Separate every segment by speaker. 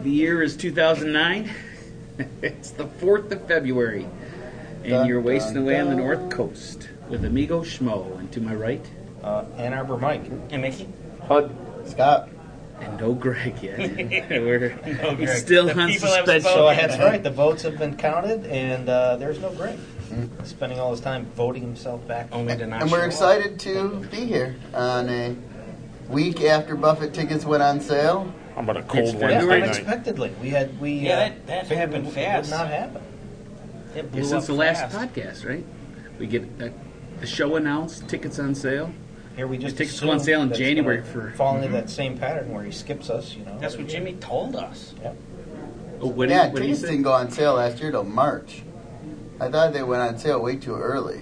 Speaker 1: The year is 2009. it's the 4th of February. And
Speaker 2: Dun,
Speaker 1: you're wasting
Speaker 2: dun,
Speaker 1: away on the
Speaker 2: dun.
Speaker 1: North Coast with Amigo Schmo. And to my right,
Speaker 3: Uh, Ann Arbor Mike.
Speaker 4: And Mickey?
Speaker 3: HUD.
Speaker 2: Scott.
Speaker 1: and no Greg yet. We're
Speaker 4: No
Speaker 1: he's
Speaker 4: Greg.
Speaker 1: still
Speaker 4: The
Speaker 1: on
Speaker 4: people have
Speaker 1: suspension.
Speaker 3: So
Speaker 4: voted.
Speaker 3: that's right. The votes have been counted, and uh, there's no Greg spending all his time voting himself back.
Speaker 4: Only to not
Speaker 2: And
Speaker 4: show
Speaker 2: we're
Speaker 4: up.
Speaker 2: excited to be here on a week after Buffett tickets went on sale.
Speaker 5: How about a
Speaker 1: It's
Speaker 5: cold
Speaker 3: Yeah,
Speaker 1: February.
Speaker 5: Wednesday night?
Speaker 3: unexpectedly. We had we
Speaker 4: Yeah,
Speaker 3: uh,
Speaker 4: that- that
Speaker 3: figured
Speaker 4: happened
Speaker 3: it would
Speaker 4: fast.
Speaker 3: Not happen.
Speaker 4: It blew
Speaker 1: Yeah, since
Speaker 4: up
Speaker 1: the last
Speaker 4: fast.
Speaker 1: podcast, right? We get uh, the show announced, tickets on sale.
Speaker 3: Here we just
Speaker 1: The tickets
Speaker 3: assume
Speaker 1: go on sale in
Speaker 3: that's
Speaker 1: January
Speaker 3: gonna
Speaker 1: for- Mm-hmm.
Speaker 3: fall into that same pattern where he skips us. You know.
Speaker 4: That's what Jimmy told us.
Speaker 1: Oh, what,
Speaker 2: yeah,
Speaker 1: did, what did he
Speaker 2: tickets
Speaker 1: say?
Speaker 2: didn't go on sale last year till March. I thought they went on sale way too early.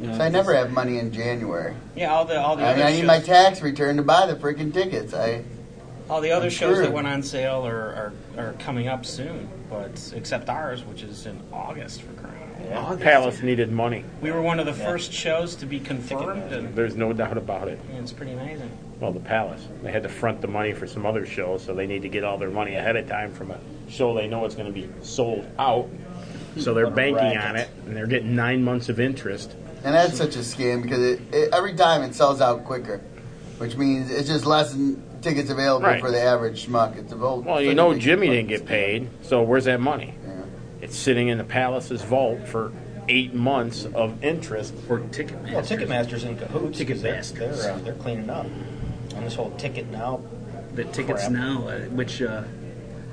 Speaker 1: No,
Speaker 2: So I never have money in January.
Speaker 4: Yeah, all the all the
Speaker 2: I mean,
Speaker 4: other
Speaker 2: I need my
Speaker 4: shows,
Speaker 2: tax return to buy the freaking tickets. I
Speaker 4: all the other
Speaker 2: I'm
Speaker 4: shows
Speaker 2: sure.
Speaker 4: that went on sale are, are, are coming up soon, but except ours, which is in August for crying out loud.
Speaker 1: August.
Speaker 5: Palace needed money.
Speaker 4: We were one of the first shows to be confirmed, and
Speaker 5: There's no doubt about it.
Speaker 4: yeah, it's pretty amazing.
Speaker 5: Well, the Palace. They had to front the money for some other shows, so they need to get all their money ahead of time from a show they know it's going to be sold out. So they're
Speaker 3: What a
Speaker 5: banking
Speaker 3: racket.
Speaker 5: on it, and they're getting nine months of interest.
Speaker 2: and that's such a scam because it, it, every time it sells out quicker, which means it's just less than tickets available
Speaker 5: Right.
Speaker 2: for the average schmuck. It's a whole.
Speaker 5: Well, you
Speaker 2: such a
Speaker 5: know
Speaker 2: big
Speaker 5: Jimmy
Speaker 2: fucking
Speaker 5: didn't get
Speaker 2: scam.
Speaker 5: paid, so where's that money?
Speaker 2: Yeah.
Speaker 5: It's sitting in the Palace's vault for eight months of interest.
Speaker 1: Or Ticketmaster.
Speaker 3: Well, Ticketmaster's in cahoots. 'cause they're,
Speaker 1: Ticketmaster.
Speaker 3: they're, uh, they're cleaning up on this whole ticket now.
Speaker 1: the tickets
Speaker 3: Crap.
Speaker 1: now, uh, which uh,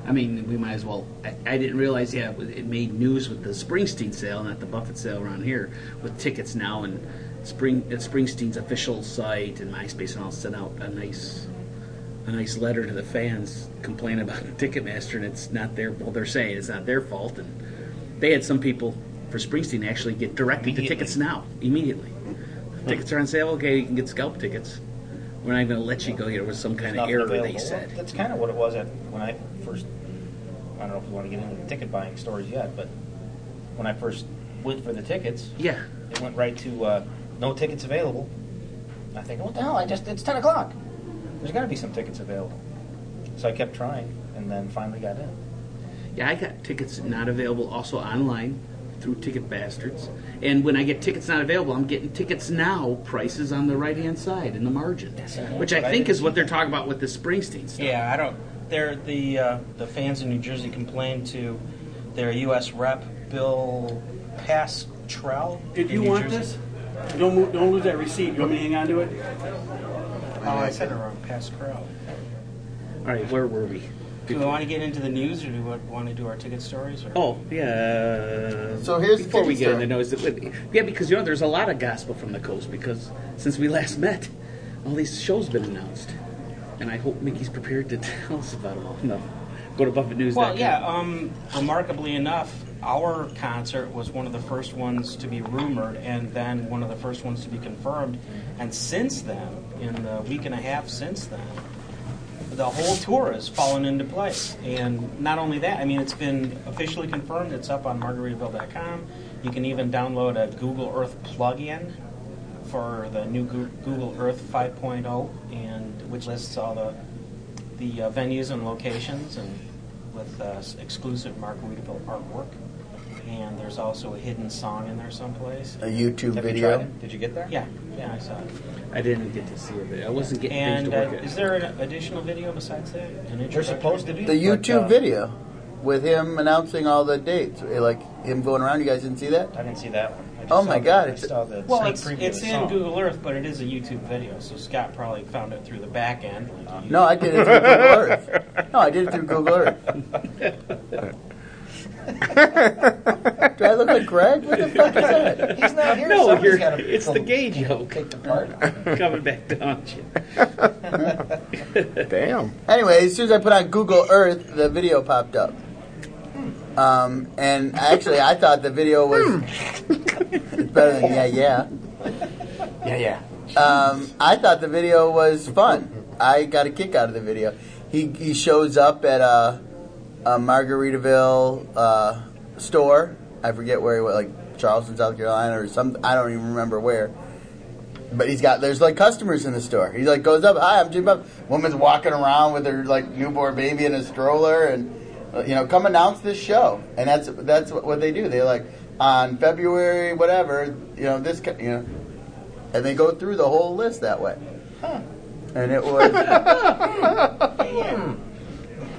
Speaker 1: I mean, we might as well. I, I didn't realize. Yeah, it, was- it made news with the Springsteen sale, not the Buffett sale around here, with tickets now and Spring at Springsteen's official site and MySpace, and all sent out a nice. A nice letter to the fans complaining about Ticketmaster, and it's not their. Well, they're saying it's not their fault, and they had some people for Springsteen actually get directly to
Speaker 3: Immediately.
Speaker 1: tickets now immediately. Tickets are on sale. Okay, you can get scalp tickets. We're not even going to let you go. There was some kind of
Speaker 3: nothing
Speaker 1: error
Speaker 3: available.
Speaker 1: they said.
Speaker 3: That's kind of what it was at when I first. I don't know if we want to get into the ticket buying stories yet, but when I first went for the tickets,
Speaker 1: Yeah,
Speaker 3: it went right to uh, no tickets available. I think, what the hell? I just it's ten o'clock. There's got to be some tickets available. So I kept trying, and then finally got in.
Speaker 1: yeah. I got tickets not available also online through Ticket Bastards, and when I get tickets not available, I'm getting tickets now prices on the right hand side in the margin, which I
Speaker 3: Right.
Speaker 1: think is what they're talking about with the Springsteen stuff.
Speaker 4: Yeah, I don't. They're, the uh, the fans in New Jersey complained to their U.S. rep Bill Pastrell.
Speaker 6: Did
Speaker 4: in
Speaker 6: you
Speaker 4: New
Speaker 6: want
Speaker 4: Jersey.
Speaker 6: this? Don't move, don't lose that receipt. You want me to hang on to it?
Speaker 4: Oh, I said it wrong. Pastrell.
Speaker 1: All right, where were we?
Speaker 4: Do we want to get into the news, or do we want to do our ticket stories? Or?
Speaker 1: Oh yeah.
Speaker 2: So here's the
Speaker 1: before we
Speaker 2: ticket
Speaker 1: get
Speaker 2: story.
Speaker 1: into news. that would- Yeah, because you know there's a lot of gospel from the coast because since we last met, all these shows been announced, and I hope Mickey's prepared to tell us about them all. No, go to BuffettNews.
Speaker 4: Well, yeah. Um, remarkably enough, our concert was one of the first ones to be rumored, and then one of the first ones to be confirmed. And since then, in the week and a half since then, the whole tour has fallen into place. And not only that, I mean, it's been officially confirmed. It's up on MargaritavilleCom. You can even download a Google Earth plugin for the new Goo- Google Earth 5.0, and which lists all the the uh, venues and locations, and with uh, s- exclusive Margaritaville artwork. And there's also a hidden song in there someplace.
Speaker 2: A YouTube
Speaker 3: Have you
Speaker 2: video.
Speaker 3: tried it? Did you get there?
Speaker 4: Yeah, yeah, I saw it.
Speaker 1: I didn't get to see it. but I wasn't getting
Speaker 4: And
Speaker 1: things
Speaker 4: uh,
Speaker 1: to work. at.
Speaker 4: is there an additional video besides that? An
Speaker 3: They're supposed to
Speaker 4: introductory?
Speaker 3: be.
Speaker 2: The
Speaker 3: uh,
Speaker 2: YouTube video with him announcing all the dates, eh, like him going around. You guys didn't see that?
Speaker 3: I didn't see that one. I just
Speaker 2: Oh my
Speaker 3: saw the-
Speaker 2: God,
Speaker 3: I
Speaker 2: it's-
Speaker 3: saw the
Speaker 4: Well,
Speaker 3: sneak
Speaker 4: it's,
Speaker 3: preview of
Speaker 4: it's
Speaker 3: the
Speaker 4: in
Speaker 3: song.
Speaker 4: Google Earth, but it is a YouTube video, so Scott probably found it through the back end. Like you-
Speaker 2: No, I did it through Google Earth. No, I did it through Google Earth. Do I look like Greg? What the fuck is that?
Speaker 3: He's not here.
Speaker 1: no,
Speaker 3: somebody's
Speaker 1: you're,
Speaker 3: gotta
Speaker 1: it's the gay joke
Speaker 3: Take the part.
Speaker 1: coming back to haunt you.
Speaker 5: Damn.
Speaker 2: Anyway, as soon as I put on Google Earth, the video popped up. Um, and actually, I thought the video was it's better than yeah, yeah.
Speaker 5: Hmm. Yeah, yeah.
Speaker 2: um, I thought the video was fun. I got a kick out of the video. He, he shows up at a, a Margaritaville uh, store. I forget where he was, like Charleston, South Carolina, or some. I don't even remember where. But he's got there's like customers in the store. He like goes up, hi, I'm Jim Bob. Woman's walking around with her like newborn baby in a stroller, and uh, you know, come announce this show. And that's that's what, what they do. They like on February whatever, you know this, co- you know, and they go through the whole list that way. And it was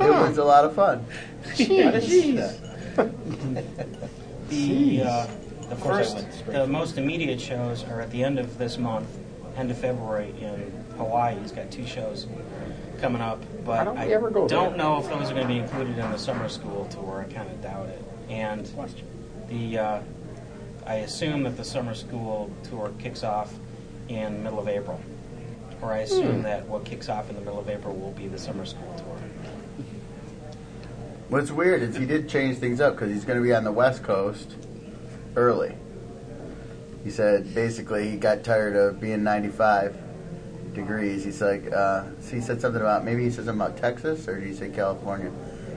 Speaker 2: it was a lot of fun.
Speaker 3: Why did you do that?
Speaker 4: The, uh, the
Speaker 3: course I went
Speaker 4: first,
Speaker 3: straight to-
Speaker 4: the most immediate shows are at the end of this month, end of February in Hawaii. He's got two shows coming up, but
Speaker 5: Why don't we ever go
Speaker 4: don't
Speaker 5: there?
Speaker 4: know if those are going to be included in the summer school tour. I kind of doubt it. And the, uh, I assume that the summer school tour kicks off in middle of April, or I assume that what kicks off in the middle of April will be the summer school tour.
Speaker 2: What's weird is he did change things up because he's going to be on the West Coast early. He said basically he got tired of being 95 degrees. He's like, uh, so he said something about maybe he said something about Texas or did he say California?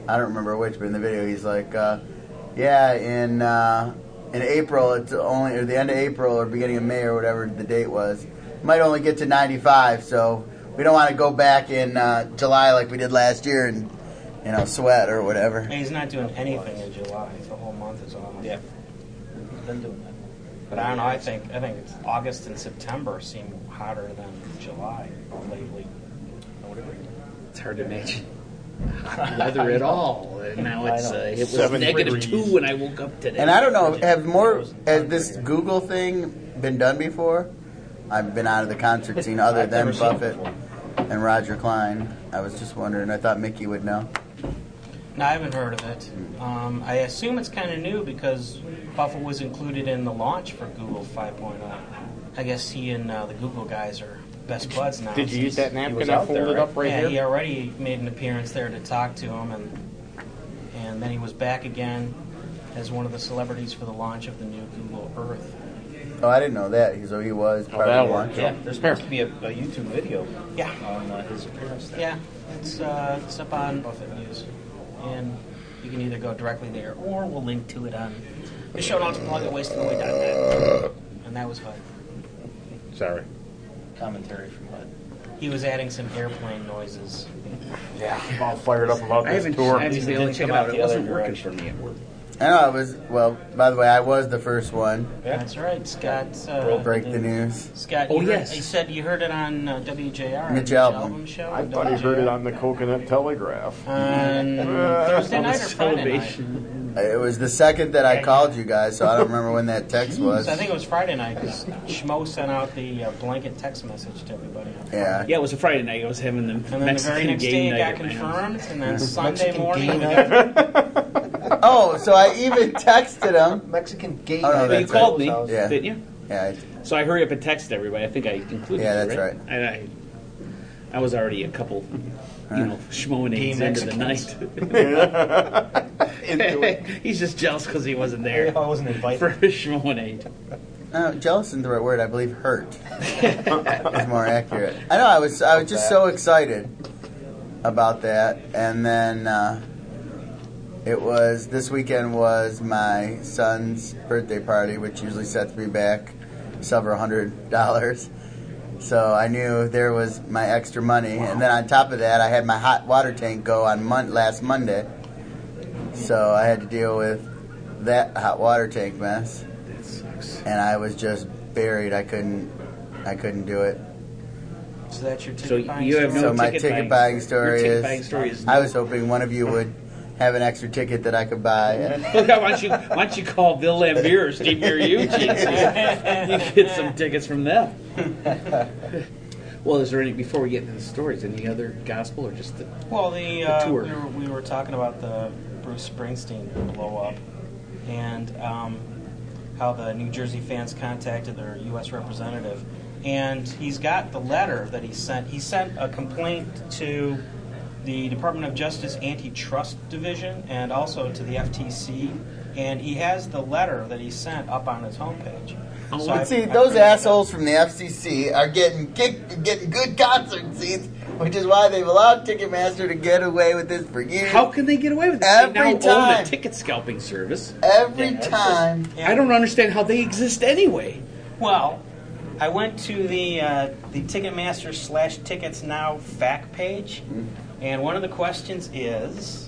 Speaker 2: I don't remember which, but in the video he's like, uh, yeah, in uh, in April it's only or the end of April or beginning of May or whatever the date was might only get to 95, so we don't want to go back in uh, July like we did last year and you know sweat or whatever.
Speaker 4: And he's not doing anything in July. The whole month is off.
Speaker 3: Yeah. He's been doing that.
Speaker 4: But I don't know. I think I think it's August and September seem hotter than July lately.
Speaker 3: I would agree.
Speaker 1: It's hard to imagine hot weather at all. And now it's uh, it was
Speaker 5: Seven
Speaker 1: negative
Speaker 5: degrees.
Speaker 1: two when I woke up today.
Speaker 2: And I don't know, have more has this Google thing been done before? I've been out of the concert scene other
Speaker 3: I've
Speaker 2: than
Speaker 3: never seen it
Speaker 2: Buffett
Speaker 3: before.
Speaker 2: and Roger Klein. I was just wondering. I thought Mickey would know.
Speaker 4: No, I haven't heard of it.
Speaker 5: Hmm.
Speaker 4: Um, I assume it's kind of new because Buffett was included in the launch for Google 5.0. I guess he and uh, the Google guys are best buds now.
Speaker 5: Did you use that
Speaker 3: He
Speaker 5: napkin
Speaker 3: was
Speaker 5: I
Speaker 3: out there,
Speaker 5: folded up right
Speaker 4: yeah,
Speaker 5: here?
Speaker 4: he already made an appearance there to talk to him, and and then he was back again as one of the celebrities for the launch of the new Google Earth.
Speaker 2: Oh, I didn't know that. So he was part of
Speaker 5: that'll
Speaker 2: the
Speaker 5: work.
Speaker 2: launch.
Speaker 3: Oh, Yeah, there's supposed to be a, a YouTube video
Speaker 4: Yeah.
Speaker 3: on uh, his appearance there.
Speaker 4: Yeah, it's, uh, it's up on Buffett News. And you can either go directly there or we'll link to it on the show notes blog at wastingaway.net. And that was fun.
Speaker 5: Sorry.
Speaker 3: Commentary from Bud.
Speaker 4: He was adding some airplane noises.
Speaker 5: Yeah, I'm all fired up about
Speaker 1: I
Speaker 5: this
Speaker 1: haven't,
Speaker 5: tour.
Speaker 1: I haven't been able to
Speaker 3: Didn't
Speaker 1: check
Speaker 3: come
Speaker 1: it
Speaker 3: out
Speaker 1: out. It
Speaker 3: the
Speaker 1: wasn't
Speaker 3: other
Speaker 1: working for
Speaker 3: direction.
Speaker 1: me at work.
Speaker 2: I know I was. Well, by the way, I was the first one.
Speaker 3: Yeah.
Speaker 4: That's right, Scott. Uh,
Speaker 3: Broke
Speaker 2: Break the news.
Speaker 4: Scott,
Speaker 1: Oh,
Speaker 4: you heard-
Speaker 1: yes.
Speaker 4: he said you heard it on uh, WJR.
Speaker 2: Mitch
Speaker 4: the
Speaker 2: Album.
Speaker 4: show.
Speaker 5: I thought he heard it on the Coconut Telegraph.
Speaker 4: on Thursday night or Friday night.
Speaker 2: It was the second that I called you guys, so I don't remember when that text was.
Speaker 4: So I think it was Friday night because Schmo sent out the uh, blanket text message to everybody. on Friday.
Speaker 2: Yeah.
Speaker 1: Yeah, it was a Friday night. I was having the
Speaker 4: And then
Speaker 1: Mexican
Speaker 4: the very next
Speaker 1: game
Speaker 4: day
Speaker 1: night
Speaker 4: it
Speaker 1: at
Speaker 4: got
Speaker 1: my house.
Speaker 4: confirmed, and then Sunday
Speaker 3: Mexican
Speaker 4: morning
Speaker 3: game
Speaker 4: we got
Speaker 2: Oh, so I even texted him.
Speaker 3: Mexican gay.
Speaker 2: Oh, no,
Speaker 3: night.
Speaker 1: But you
Speaker 2: That's
Speaker 1: called me,
Speaker 2: right. Yeah.
Speaker 1: didn't you?
Speaker 2: Yeah.
Speaker 1: So I hurry up and texted everybody. I think I included.
Speaker 2: Yeah,
Speaker 1: you,
Speaker 2: that's
Speaker 1: right. And I, I was already a couple, you know, schmoanings
Speaker 3: Gay
Speaker 1: into the night. He's just jealous because he wasn't
Speaker 3: I
Speaker 1: there
Speaker 3: wasn't invited.
Speaker 1: for his schmoanade.
Speaker 2: No, jealous isn't the right word. I believe hurt is more accurate. I know. I was I was just so excited about that, and then uh, it was this weekend was my son's birthday party, which usually sets me back several hundred dollars. So I knew there was my extra money, and then on top of that, I had my hot water tank go on mon- last Monday. So I had to deal with that hot water tank mess
Speaker 1: That sucks.
Speaker 2: and I was just buried. I couldn't, I couldn't do it.
Speaker 4: So that's your ticket
Speaker 1: So
Speaker 4: buying
Speaker 1: you have
Speaker 4: story?
Speaker 1: no
Speaker 2: so my
Speaker 1: ticket
Speaker 2: ticket,
Speaker 1: buying-
Speaker 2: buying,
Speaker 1: your
Speaker 2: story
Speaker 1: ticket
Speaker 2: is,
Speaker 1: buying story is
Speaker 2: I
Speaker 1: no.
Speaker 2: was hoping one of you would have an extra ticket that I could buy. And
Speaker 1: Look, why don't you why don't you call Bill Lambier or Steve Mariucci? and see if you get some tickets from them. well, is there any before we get into the stories? Any other gospel or just the,
Speaker 4: Well, the, uh,
Speaker 1: tour.
Speaker 4: We, were, we were talking about the Bruce Springsteen blow up and um, how the New Jersey fans contacted their U.S. representative. And he's got the letter that he sent. He sent a complaint to the Department of Justice Antitrust Division and also to the FTC. And he has the letter that he sent up on his homepage. So I-
Speaker 2: but Oh, see,
Speaker 4: I
Speaker 2: those
Speaker 4: printed it up.
Speaker 2: assholes from the FCC are getting kick, getting good concert seats, which is why they've allowed Ticketmaster to get away with this for years.
Speaker 1: How can they get away with this? They
Speaker 2: Every
Speaker 1: now own a
Speaker 2: time.
Speaker 1: ticket scalping service.
Speaker 2: Every
Speaker 4: Yeah, that's
Speaker 2: time.
Speaker 4: Yeah.
Speaker 1: I don't understand how they exist anyway.
Speaker 4: Well, I went to the uh, the Ticketmaster slash Tickets Now fact page, and one of the questions is,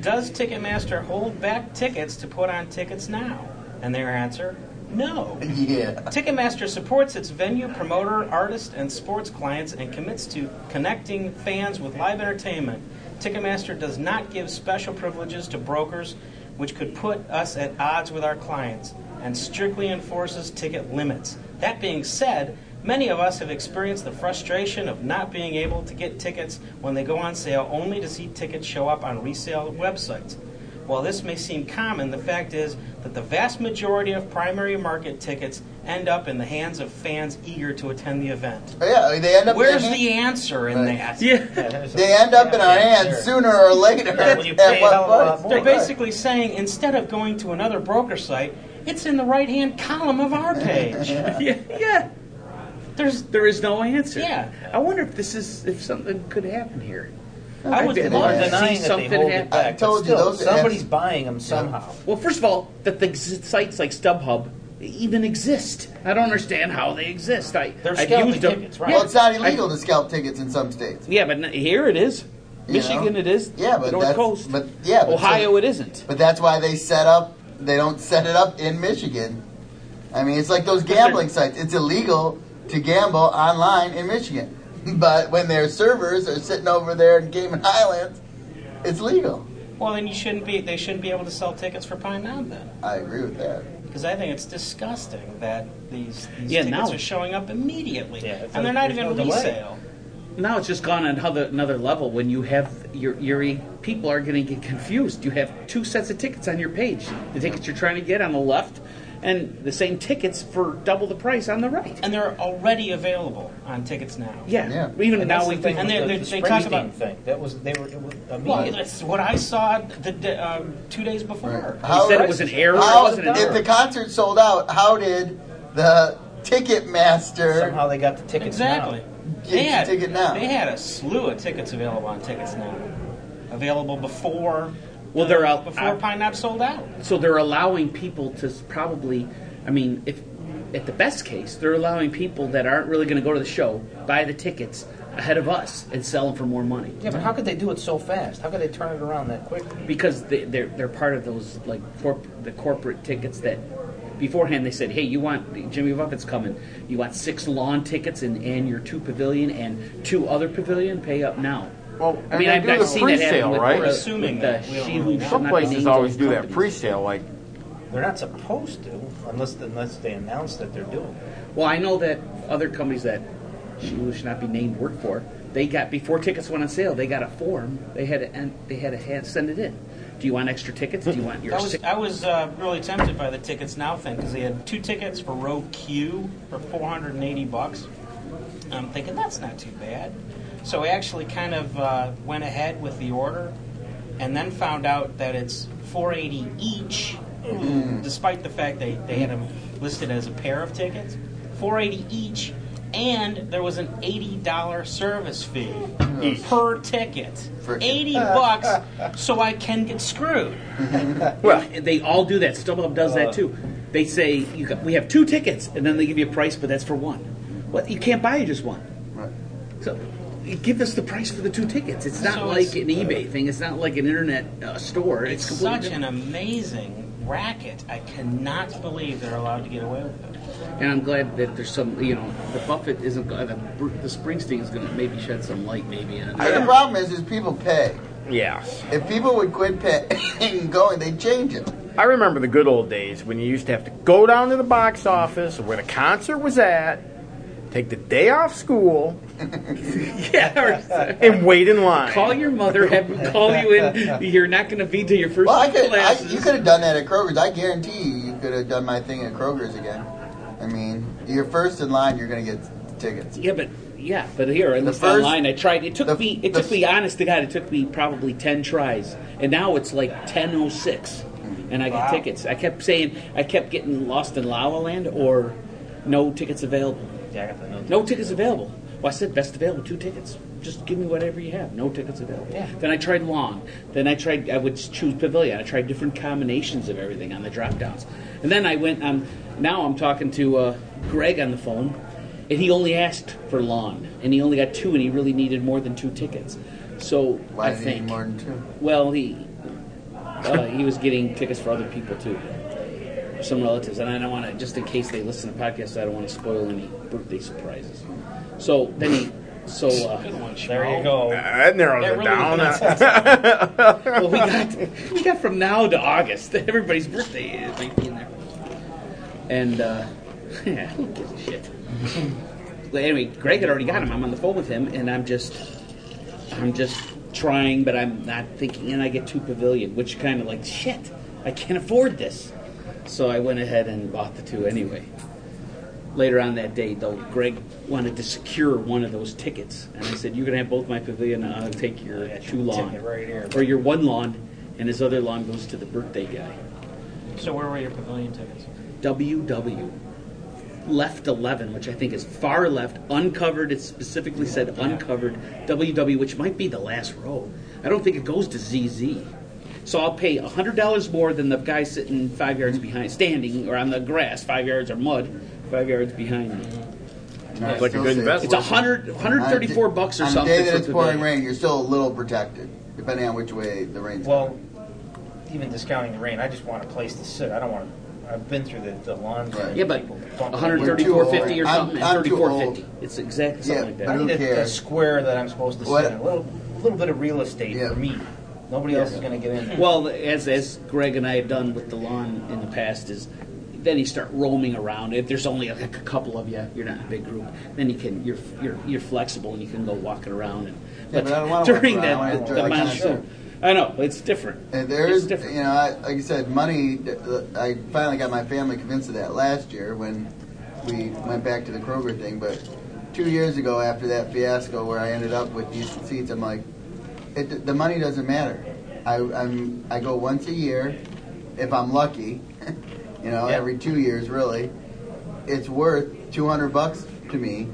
Speaker 4: does Ticketmaster hold back tickets to put on tickets now? And their answer, no.
Speaker 2: Yeah.
Speaker 4: Ticketmaster supports its venue, promoter, artist, and sports clients and commits to connecting fans with live entertainment. Ticketmaster does not give special privileges to brokers, which could put us at odds with our clients, and strictly enforces ticket limits. That being said, many of us have experienced the frustration of not being able to get tickets when they go on sale only to see tickets show up on resale websites. While this may seem common, the fact is that the vast majority of primary market tickets end up in the hands of fans eager to attend the event.
Speaker 2: Oh, Yeah, I mean, they end up.
Speaker 4: Where's
Speaker 2: in
Speaker 4: the answer in
Speaker 2: Right.
Speaker 4: that?
Speaker 1: Yeah.
Speaker 2: They end up in our hands sooner or later.
Speaker 3: Yeah, when you
Speaker 2: At
Speaker 3: pay a
Speaker 2: what
Speaker 3: hell of a lot
Speaker 2: price?
Speaker 3: more.
Speaker 4: They're basically saying instead of going to another broker site, it's in the right hand column of our page.
Speaker 1: yeah, yeah. There's there is no answer.
Speaker 4: Yeah.
Speaker 1: I wonder if this is if something could happen here.
Speaker 4: I would
Speaker 1: bet it
Speaker 4: love
Speaker 2: is.
Speaker 4: to
Speaker 2: Deny
Speaker 4: see
Speaker 3: denying that they
Speaker 1: something
Speaker 3: hold
Speaker 1: happen.
Speaker 3: it
Speaker 2: I
Speaker 3: back.
Speaker 2: told
Speaker 3: But
Speaker 2: you,
Speaker 3: still,
Speaker 2: those
Speaker 3: somebody's
Speaker 2: apps-
Speaker 3: buying them somehow.
Speaker 1: Well, first of all, that the exi- sites like StubHub even exist. I don't understand how they exist. I
Speaker 3: They're
Speaker 1: I've
Speaker 3: scalping
Speaker 1: used them-
Speaker 3: tickets, right?
Speaker 1: Yeah.
Speaker 2: Well, it's not illegal to scalp tickets in some states.
Speaker 1: Yeah, but n- here it is.
Speaker 2: You
Speaker 1: Michigan,
Speaker 2: know?
Speaker 1: it is.
Speaker 2: Yeah, but
Speaker 1: the North
Speaker 2: that's-
Speaker 1: Coast.
Speaker 2: but- yeah, but
Speaker 1: Ohio,
Speaker 2: so-
Speaker 1: it isn't.
Speaker 2: But that's why they set up. They don't set it up in Michigan. I mean, it's like those
Speaker 1: they're-
Speaker 2: gambling sites. It's illegal to gamble online in Michigan, but when their servers are sitting over there in Cayman Islands, it's legal.
Speaker 4: Well, then you shouldn't be. They shouldn't be able to sell tickets for Pine Knob then,
Speaker 2: I agree with that.
Speaker 4: because I think it's disgusting that these, these
Speaker 1: Yeah,
Speaker 4: tickets
Speaker 1: now-
Speaker 4: are showing up immediately,
Speaker 3: Yeah, it's
Speaker 4: and they're
Speaker 3: no-
Speaker 4: not
Speaker 3: there's no
Speaker 4: even
Speaker 3: delay.
Speaker 4: resale.
Speaker 1: Now it's just gone another another level when you have your your people are going to get confused. You have two sets of tickets on your page. The tickets you're trying to get on the left, and the same tickets for double the price on the right.
Speaker 4: and they're already available on tickets now.
Speaker 1: Yeah,
Speaker 2: Yeah.
Speaker 1: even
Speaker 3: And
Speaker 1: now
Speaker 3: that's
Speaker 1: we
Speaker 3: the thing.
Speaker 1: think.
Speaker 3: And
Speaker 4: And they-
Speaker 3: the,
Speaker 4: they-
Speaker 3: the
Speaker 4: they talk
Speaker 3: Springsteen
Speaker 4: about-
Speaker 3: thing. That was they were it was
Speaker 4: Well,
Speaker 3: immediate.
Speaker 4: that's what I saw the, the um, two days before.
Speaker 2: How-
Speaker 1: said it was an error.
Speaker 2: How-
Speaker 1: it wasn't an
Speaker 2: if
Speaker 1: error.
Speaker 2: the concert sold out, how did the Ticketmaster?
Speaker 3: Somehow they got the tickets.
Speaker 4: Exactly.
Speaker 3: Now.
Speaker 2: Get
Speaker 4: They
Speaker 2: your
Speaker 4: had,
Speaker 2: ticket now.
Speaker 4: they had a slew of tickets available on Tickets Now, available before.
Speaker 1: Well, they're out-
Speaker 4: before
Speaker 1: out-
Speaker 4: Pine Knob sold out.
Speaker 1: so they're allowing people to s- probably. I mean, if at the best case, they're allowing people that aren't really going to go to the show buy the tickets ahead of us and sell them for more money.
Speaker 3: Yeah, but how could they do it so fast? How could they turn it around that quickly?
Speaker 1: because they, they're they're part of those like corp- the corporate tickets that beforehand they said, hey, you want Jimmy Buffett's coming, you want six lawn tickets and and your two pavilion and two other pavilion, pay up now.
Speaker 7: Well,
Speaker 1: I mean,
Speaker 7: and they
Speaker 1: I've
Speaker 7: do
Speaker 1: not
Speaker 7: the
Speaker 1: seen that happen
Speaker 7: pre-sale,
Speaker 1: with,
Speaker 7: right?
Speaker 1: with uh,
Speaker 4: Assuming
Speaker 1: the
Speaker 4: that. We don't
Speaker 1: she
Speaker 4: really
Speaker 1: who
Speaker 4: know.
Speaker 1: shall
Speaker 7: Some
Speaker 1: not be
Speaker 7: places
Speaker 1: named
Speaker 7: always
Speaker 1: as
Speaker 7: do that
Speaker 1: companies.
Speaker 7: pre-sale, like
Speaker 3: They're not supposed to unless unless they announce that they're doing. it.
Speaker 1: Well, I know that other companies that she who should not be named work for, they got before tickets went on sale, they got a form, they had to en- they had to hand, send it in. Do you want extra tickets? Do you want your
Speaker 4: I was
Speaker 1: six-
Speaker 4: I was uh, really tempted by the tickets now thing because they had two tickets for row Q for 480 bucks. And I'm thinking that's not too bad. So I actually kind of uh, went ahead with the order, and then found out that it's 480 each, despite the fact they they had them listed as a pair of tickets, 480 each, and there was an 80 dollar service fee per ticket.
Speaker 2: Frickin-
Speaker 4: 80 bucks, so I can get screwed.
Speaker 1: Well, they all do that. StubHub does that too. They say you got, we have two tickets, and then they give you a price, but that's for one. What you can't buy just one.
Speaker 2: Right.
Speaker 1: So you give us the price for the two tickets. It's not
Speaker 4: So
Speaker 1: like
Speaker 4: it's-
Speaker 1: an eBay thing. It's not like an internet uh, store. It's,
Speaker 4: It's
Speaker 1: completely
Speaker 4: such an amazing racket. I cannot believe they're allowed to get away with it.
Speaker 1: different. And I'm glad that there's some. You know, the Buffett isn't. go- The, the Springsteen is going to maybe shed some light, maybe. On
Speaker 2: The
Speaker 1: it.
Speaker 2: problem is, is people pay.
Speaker 5: Yeah.
Speaker 2: If people would quit paying and going, they'd change it.
Speaker 5: I remember the good old days when you used to have to go down to the box office where the concert was at, take the day off school,
Speaker 1: yeah. or-
Speaker 5: and wait in line.
Speaker 1: Call your mother. Have her call you in. You're not going to be till your first
Speaker 2: Well, I
Speaker 1: two
Speaker 2: could, I,
Speaker 1: classes.
Speaker 2: you could have done that at Kroger's. I guarantee you, you could have done my thing at Kroger's again. I mean, you're first in line. You're gonna get tickets.
Speaker 1: Yeah, but yeah, but here at
Speaker 2: The
Speaker 1: least
Speaker 2: first-
Speaker 1: online, I tried. It took
Speaker 2: the-
Speaker 1: me. It
Speaker 2: the-
Speaker 1: took me. Honest to God, it took me probably ten tries, and now it's like ten oh six, and I got
Speaker 4: Wow.
Speaker 1: tickets. I kept saying, I kept getting lost in La La Land or no tickets available.
Speaker 3: Yeah, I got the note.
Speaker 1: No tickets available. Well, I said best available, two tickets. Just give me whatever you have. No tickets available.
Speaker 3: Yeah.
Speaker 1: Then I tried long. Then I tried. I would choose pavilion. I tried different combinations of everything on the drop downs, and then I went on. Now um, I'm talking to uh, Greg on the phone, and he only asked for lawn, and he only got two, and he really needed more than two tickets. So
Speaker 2: Why
Speaker 1: I
Speaker 2: did
Speaker 1: think
Speaker 2: he need more than two?
Speaker 1: well, he uh, he was getting tickets for other people too, some relatives, and I don't want to just in case they listen to the podcast, I don't want to spoil any birthday surprises. So then he, so uh,
Speaker 3: There you go.
Speaker 5: That narrows
Speaker 4: That
Speaker 5: it
Speaker 4: really
Speaker 5: down.
Speaker 4: makes
Speaker 1: well, we got we got from now to August. Everybody's birthday is might be in there, and uh, yeah, who gives a shit? Well, anyway, Greg had already got him. I'm on the phone with him, and I'm just I'm just trying, but I'm not thinking. And I get two pavilion, which kind of like shit. I can't afford this, so I went ahead and bought the two anyway. Later on that day, though, Greg wanted to secure one of those tickets, and I said, "You can have both my pavilion, and I'll take your
Speaker 3: Yeah,
Speaker 1: two lawn,
Speaker 3: ticket right here.
Speaker 1: or your one lawn, and his other lawn goes to the birthday guy."
Speaker 4: So where were your pavilion tickets?
Speaker 1: WW left 11, which I think is far left, uncovered. It specifically said uncovered WW, which might be the last row. I don't think it goes to ZZ. So I'll pay $100 more than the guy sitting five yards behind, standing or on the grass, five yards or mud, five yards behind me.
Speaker 5: It's like a good
Speaker 1: It's
Speaker 5: investment.
Speaker 1: a hundred, 134 bucks or
Speaker 2: on
Speaker 1: something.
Speaker 2: the day that
Speaker 1: for
Speaker 2: it's
Speaker 1: the
Speaker 2: pouring
Speaker 1: bag.
Speaker 2: rain, you're still a little protected, depending on which way the rain's
Speaker 3: Well, even discounting the rain, I just want a place to sit. I don't want to. I've been through the, the lawns. and
Speaker 1: Yeah, but
Speaker 3: people bump into
Speaker 2: We're
Speaker 1: 134.50
Speaker 2: too
Speaker 1: or
Speaker 2: old. I'm-
Speaker 1: something,
Speaker 2: I'm
Speaker 1: and
Speaker 2: too old.
Speaker 1: 34.50. It's exactly
Speaker 2: Yeah,
Speaker 1: something
Speaker 3: I
Speaker 1: like
Speaker 2: but-
Speaker 1: that.
Speaker 3: need
Speaker 2: Who
Speaker 3: a, a
Speaker 2: cares?
Speaker 3: square that I'm supposed to
Speaker 2: What-
Speaker 3: sit in. A little, a little bit of real estate
Speaker 2: Yeah.
Speaker 3: for me. Nobody else is going to get in there.
Speaker 1: Well, as as Greg and I have done with the lawn in the past is, then you start roaming around. If there's only like a couple of you, you're not in a big group. Then you can you're you're, you're flexible and you can go walking around. And,
Speaker 2: Yeah, but I don't wanna walk
Speaker 1: during
Speaker 2: around.
Speaker 1: that
Speaker 2: I wanna
Speaker 1: the,
Speaker 2: enjoy the
Speaker 1: monsoon,
Speaker 2: concert.
Speaker 1: I know it's different.
Speaker 2: And there
Speaker 1: it's
Speaker 2: is,
Speaker 1: different.
Speaker 2: you know, I, like you said, money. th- th- I finally got my family convinced of that last year when we went back to the Kroger thing. But two years ago, after that fiasco where I ended up with decent seats, I'm like, it, the money doesn't matter. I, I'm I go once a year, if I'm lucky. you know,
Speaker 3: Yeah.
Speaker 2: every two years really. It's worth 200 bucks to me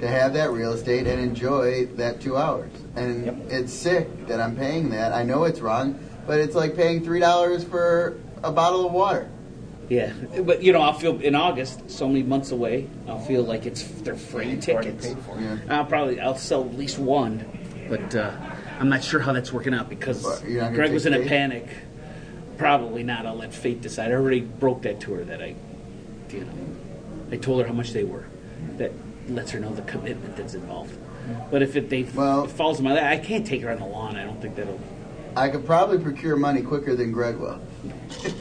Speaker 2: to have that real estate and enjoy that two hours. And
Speaker 3: Yep.
Speaker 2: it's sick that I'm paying that. I know it's wrong, but it's like paying three dollars for a bottle of water.
Speaker 1: Yeah, but you know I'll feel in August, so many months away. I'll feel like it's they're free
Speaker 3: You've already
Speaker 1: tickets.
Speaker 3: paid for it.
Speaker 2: Yeah.
Speaker 1: I'll probably I'll sell at least one, but uh, I'm not sure how that's working out because
Speaker 2: But you're not gonna
Speaker 1: Greg
Speaker 2: take
Speaker 1: was in a
Speaker 2: fate?
Speaker 1: panic. Probably not. I'll let fate decide. I already broke that to her that I, you know, I told her how much they were. That lets her know the commitment that's involved. But if it they
Speaker 2: Well-
Speaker 1: it falls in my lap, I can't take her on the lawn. I don't think that'll.
Speaker 2: I could probably procure money quicker than Greg will.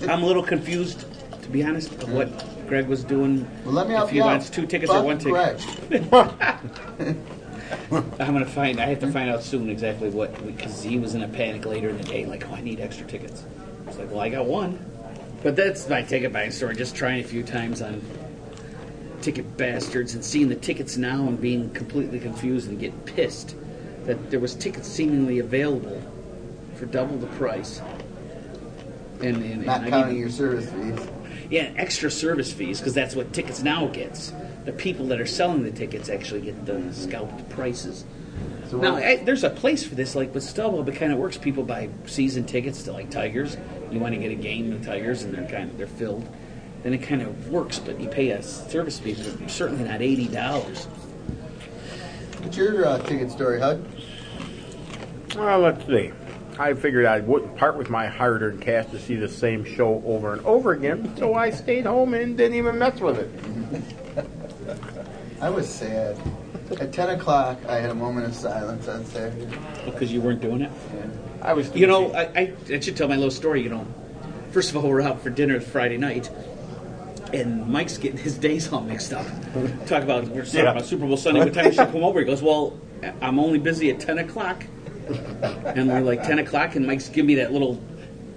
Speaker 1: I'm a little confused, to be honest, of what Greg was doing.
Speaker 2: Well, let me
Speaker 1: if
Speaker 2: help
Speaker 1: he
Speaker 2: you
Speaker 1: wants
Speaker 2: out.
Speaker 1: two tickets
Speaker 2: Fuck
Speaker 1: or one ticket.
Speaker 2: Greg.
Speaker 1: I'm gonna find. I have
Speaker 2: Hmm?
Speaker 1: to find out soon exactly what because he was in a panic later in the day, like, oh, I need extra tickets. It's like, well, I got one, but that's my ticket buying story. Just trying a few times on ticket bastards and seeing the tickets now and being completely confused and getting pissed that there was tickets seemingly available for double the price. And, and, and I
Speaker 2: Not
Speaker 1: need-
Speaker 2: counting your service fees.
Speaker 1: yeah, extra service fees because that's what Tickets Now gets. The people that are selling the tickets actually get the scalped prices.
Speaker 2: So
Speaker 1: now,
Speaker 2: what-
Speaker 1: I, there's a place for this, like with Stubble, it kind of works. People buy season tickets to like Tigers. You want to get a game in Tigers, and they're kind of they're filled. Then it kind of works, but you pay a service fee, but certainly not eighty dollars.
Speaker 2: What's your uh, ticket story, Hud?
Speaker 5: Well, let's see. I figured I wouldn't part with my hard earned cash to see the same show over and over again, so I stayed home and didn't even mess with it.
Speaker 2: I was sad. At 10 o'clock, I had a moment of silence on Saturday.
Speaker 1: Because you weren't doing it.
Speaker 5: I was too
Speaker 1: You know,
Speaker 5: busy.
Speaker 1: I, I, I should tell my little story. You know, first of all, we're out for dinner Friday night, and Mike's getting his days all mixed up. Talk about we're talking
Speaker 5: Yeah.
Speaker 1: about Super Bowl Sunday. What time should I come over? He goes, "Well, I'm only busy at ten o'clock," and we're like ten o'clock, and Mike's giving me that little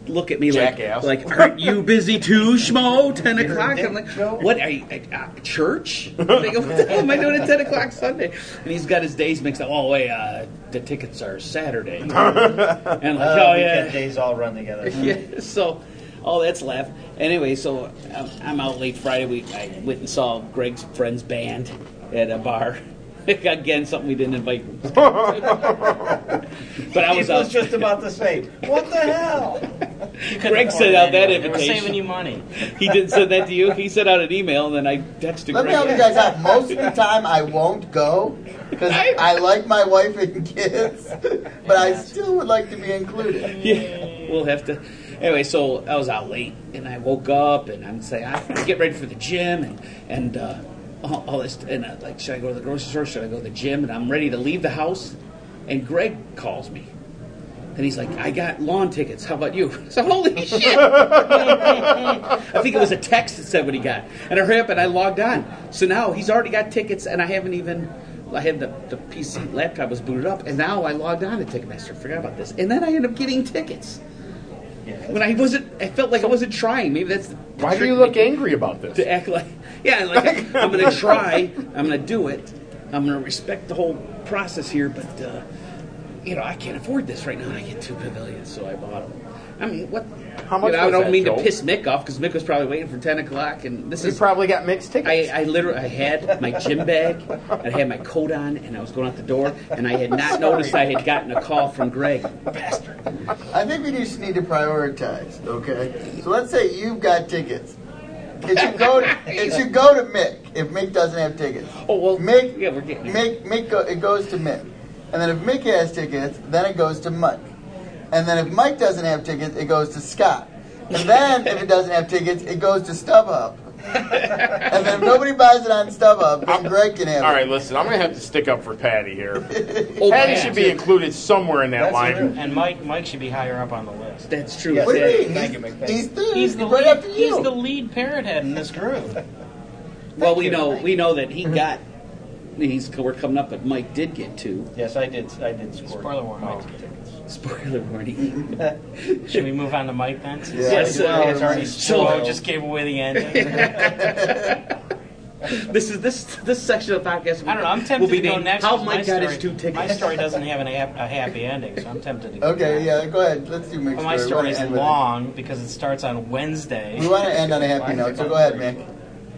Speaker 1: look at me
Speaker 5: Jackass.
Speaker 1: like, like, aren't you busy too, Schmo? Ten o'clock?
Speaker 3: dick
Speaker 1: I'm like,
Speaker 3: joke.
Speaker 1: what? I, I, uh, church? what the hell am I doing at ten o'clock Sunday? And he's got his days mixed up. Oh wait, uh, the tickets are Saturday. and like,
Speaker 3: Uh,
Speaker 1: oh
Speaker 3: weekend
Speaker 1: yeah,
Speaker 3: days all run together.
Speaker 1: yeah, so, oh, that's laugh. Anyway, so I'm, I'm out late Friday. We I went and saw Greg's friend's band at a bar. Again, something we didn't invite. him to. but I
Speaker 3: I
Speaker 1: was
Speaker 3: was,
Speaker 1: out.
Speaker 3: just about to say, what the hell?
Speaker 1: Greg sent out that
Speaker 4: We're saving you
Speaker 1: invitation.
Speaker 4: money.
Speaker 1: He didn't send that to you. He sent out an email, and then I texted
Speaker 2: Let me help you
Speaker 1: Greg.
Speaker 2: guys out. Most of the time, I won't go because I like my wife and kids, but I still would like to be included.
Speaker 1: Yeah, we'll have to. Anyway, so I was out late, and I woke up, and I'm saying I have to get ready for the gym, and and uh, all, all this, and uh, like, should I go to the grocery store? Should I go to the gym? And I'm ready to leave the house, and Greg calls me, and he's like, I got lawn tickets. How about you? So holy shit! I think it was a text that said what he got, and I hurry up and I logged on. So now he's already got tickets, and I haven't even. I had the, the PC laptop was booted up, and now I logged on to Ticketmaster. Forgot about this, and then I end up getting tickets when I wasn't. I felt like I wasn't trying. Maybe that's the
Speaker 5: Why do
Speaker 1: trick
Speaker 5: you look angry about this?
Speaker 1: to act like yeah, like I'm gonna try. I'm gonna do it. I'm gonna respect the whole process here, but uh, you know I can't afford this right now. And I get two pavilions, so I bought them. I mean, what?
Speaker 5: How much
Speaker 1: you know, I
Speaker 5: was
Speaker 1: don't
Speaker 5: that,
Speaker 1: mean
Speaker 5: Joel?
Speaker 1: to piss Mick off because Mick was probably waiting for ten o'clock, and this
Speaker 5: He
Speaker 1: is
Speaker 5: probably got mixed
Speaker 1: I,
Speaker 5: tickets.
Speaker 1: I literally I had my gym bag, I had my coat on, and I was going out the door, and I had not noticed I had gotten a call from Greg.
Speaker 2: I think we just need to prioritize. Okay, so let's say you've got tickets. It should go. It should go to Mick if Mick doesn't have tickets.
Speaker 1: Oh well,
Speaker 2: Mick,
Speaker 1: yeah, we're getting there.
Speaker 2: Mick, Mick go, it goes to Mick. And then if Mick has tickets, then it goes to Mike. And then if Mike doesn't have tickets, it goes to Scott. And then if it doesn't have tickets, it goes to StubHub. and then if nobody buys it on StubHub, then Greg can have
Speaker 5: All right,
Speaker 2: it.
Speaker 5: listen, I'm going to have to stick up for Patty here.
Speaker 1: Oh,
Speaker 5: Patty
Speaker 1: man.
Speaker 5: should be included somewhere in
Speaker 3: That's
Speaker 5: that line.
Speaker 3: true.
Speaker 4: And Mike, Mike should be higher up on the list.
Speaker 1: That's true.
Speaker 2: What do
Speaker 1: Zach.
Speaker 2: you mean?
Speaker 3: Thank you,
Speaker 2: He's-
Speaker 3: Mick.
Speaker 2: He's third.
Speaker 4: He's the
Speaker 2: right
Speaker 4: lead,
Speaker 2: after you.
Speaker 4: he's the lead parrot head in this group.
Speaker 1: Well, we know we know that
Speaker 4: Mm-hmm.
Speaker 1: he got. He's we're coming up, but Mike did get two.
Speaker 3: Yes, I did. I did score.
Speaker 4: Spoiler warning.
Speaker 3: Oh.
Speaker 1: Spoiler warning.
Speaker 4: Should we move on to Mike then? Since
Speaker 2: Yeah.
Speaker 1: Yes,
Speaker 4: everybody
Speaker 1: uh,
Speaker 4: has already
Speaker 1: so-
Speaker 4: spoiled, just gave away the ending.
Speaker 1: this is this this section of the podcast.
Speaker 4: I don't know. I'm tempted
Speaker 1: will be
Speaker 4: to go
Speaker 1: named
Speaker 4: next.
Speaker 1: How
Speaker 4: 'cause
Speaker 1: Mike
Speaker 4: my
Speaker 1: got
Speaker 4: story,
Speaker 1: his two tickets.
Speaker 4: My story doesn't have an, hap- a happy ending, so I'm tempted to. Go
Speaker 2: Okay,
Speaker 4: next.
Speaker 2: yeah, go ahead. Let's do Mick's
Speaker 4: But Oh, my
Speaker 2: story.
Speaker 4: story
Speaker 2: We wanna
Speaker 4: is
Speaker 2: end with it.
Speaker 4: long because it starts on Wednesday.
Speaker 2: We want to end on a happy note, so go ahead, Mick.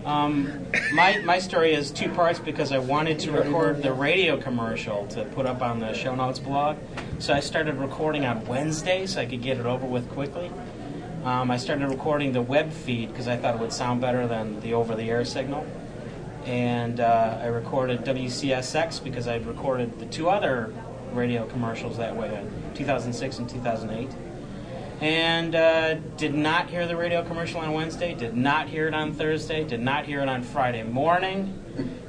Speaker 4: Um, my, my story is two parts because I wanted to record the radio commercial to put up on the show notes blog. So I started recording on Wednesday so I could get it over with quickly. Um, I started recording the web feed because I thought it would sound better than the over the air signal. And uh, I recorded WCSX because I'd recorded the two other radio commercials that way, uh, 2006 and 2008 and uh, did not hear the radio commercial on Wednesday, did not hear it on Thursday, did not hear it on Friday morning,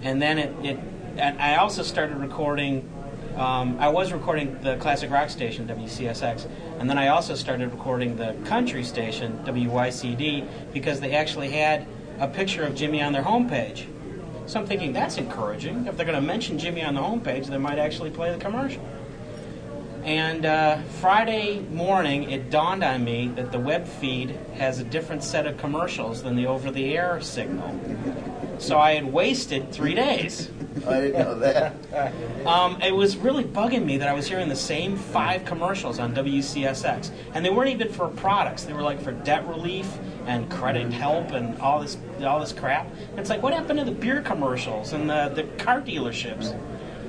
Speaker 4: and then it, it and I also started recording. Um, I was recording the classic rock station WCSX, and then I also started recording the country station WYCD because they actually had a picture of Jimmy on their homepage. So I'm thinking that's encouraging. If they're going to mention Jimmy on the homepage, they might actually play the commercial. And uh, Friday morning, it dawned on me that the web feed has a different set of commercials than the over the air signal. So I had wasted three days.
Speaker 2: I didn't know that.
Speaker 4: Um, it was really bugging me that I was hearing the same five commercials on WCSX. And they weren't even for products, they were like for debt relief and credit help and all this, all this crap. And it's like, what happened to the beer commercials and the, the car dealerships?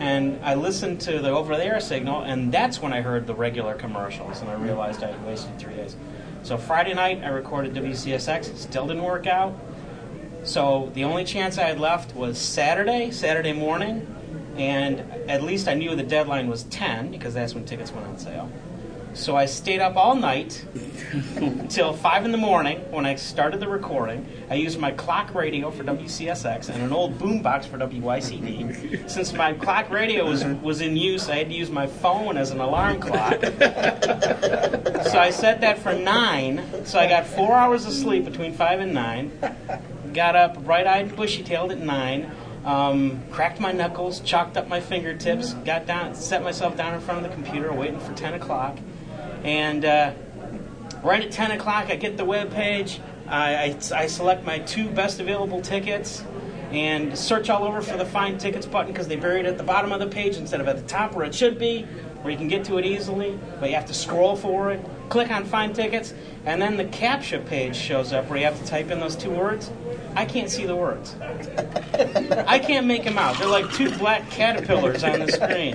Speaker 4: And I listened to the over the air signal, and that's when I heard the regular commercials, and I realized I had wasted three days. So Friday night, I recorded WCSX, it still didn't work out. So the only chance I had left was Saturday, Saturday morning, and at least I knew the deadline was 10 because that's when tickets went on sale. So I stayed up all night till 5 in the morning when I started the recording. I used my clock radio for WCSX and an old boombox for WYCD. Since my clock radio was, was in use, I had to use my phone as an alarm clock. So I set that for 9, so I got four hours of sleep between 5 and 9 got up bright-eyed, bushy-tailed at nine, um, cracked my knuckles, chalked up my fingertips, got down, set myself down in front of the computer, waiting for ten o'clock, and uh, right at ten o'clock, I get the web page. I, I, I select my two best available tickets and search all over for the find tickets button because they buried it at the bottom of the page instead of at the top where it should be, where you can get to it easily, but you have to scroll for it. click on find tickets, and then the CAPTCHA page shows up where you have to type in those two words. I can't see the words. I can't make them out. They're like two black caterpillars on the screen.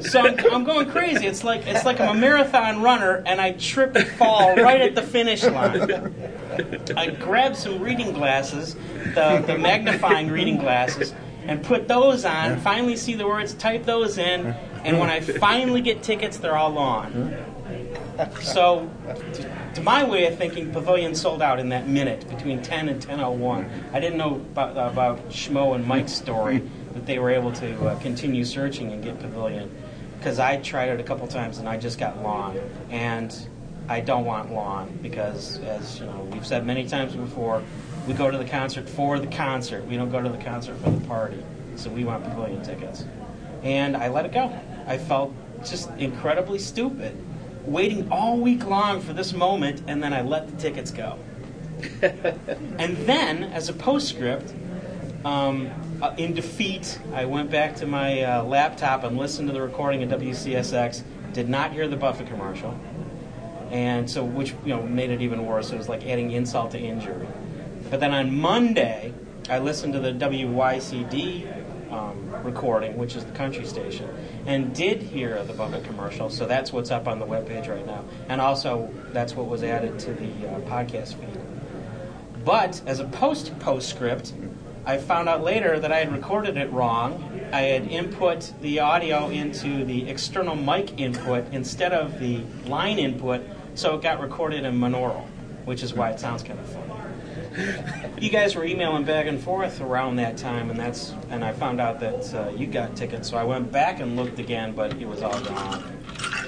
Speaker 4: So I'm, I'm going crazy. It's like it's like I'm a marathon runner and I trip and fall right at the finish line. I grabbed some reading glasses, the, the magnifying reading glasses, and put those on. Finally, see the words, type those in, and when I finally get tickets, they're all on. So, to, to my way of thinking, Pavilion sold out in that minute between 10 and 10:01. I didn't know about, about Schmo and Mike's story that they were able to uh, continue searching and get Pavilion because I tried it a couple times and I just got lawn and I don't want lawn because, as you know, we've said many times before, we go to the concert for the concert. We don't go to the concert for the party. So we want pavilion tickets. And I let it go. I felt just incredibly stupid, waiting all week long for this moment, and then I let the tickets go. and then, as a postscript, um, uh, in defeat, I went back to my uh, laptop and listened to the recording at WCSX. Did not hear the Buffett commercial and so which you know made it even worse. It was like adding insult to injury. But then on Monday, I listened to the WYCD um, recording, which is the country station, and did hear the Buffett commercial. So that's what's up on the webpage right now, and also that's what was added to the uh, podcast feed. But as a post postscript, I found out later that I had recorded it wrong. I had input the audio into the external mic input instead of the line input, so it got recorded in monaural, which is why it sounds kind of funny. You guys were emailing back and forth around that time, and that's and I found out that uh, you got tickets, so I went back and looked again, but it was all gone.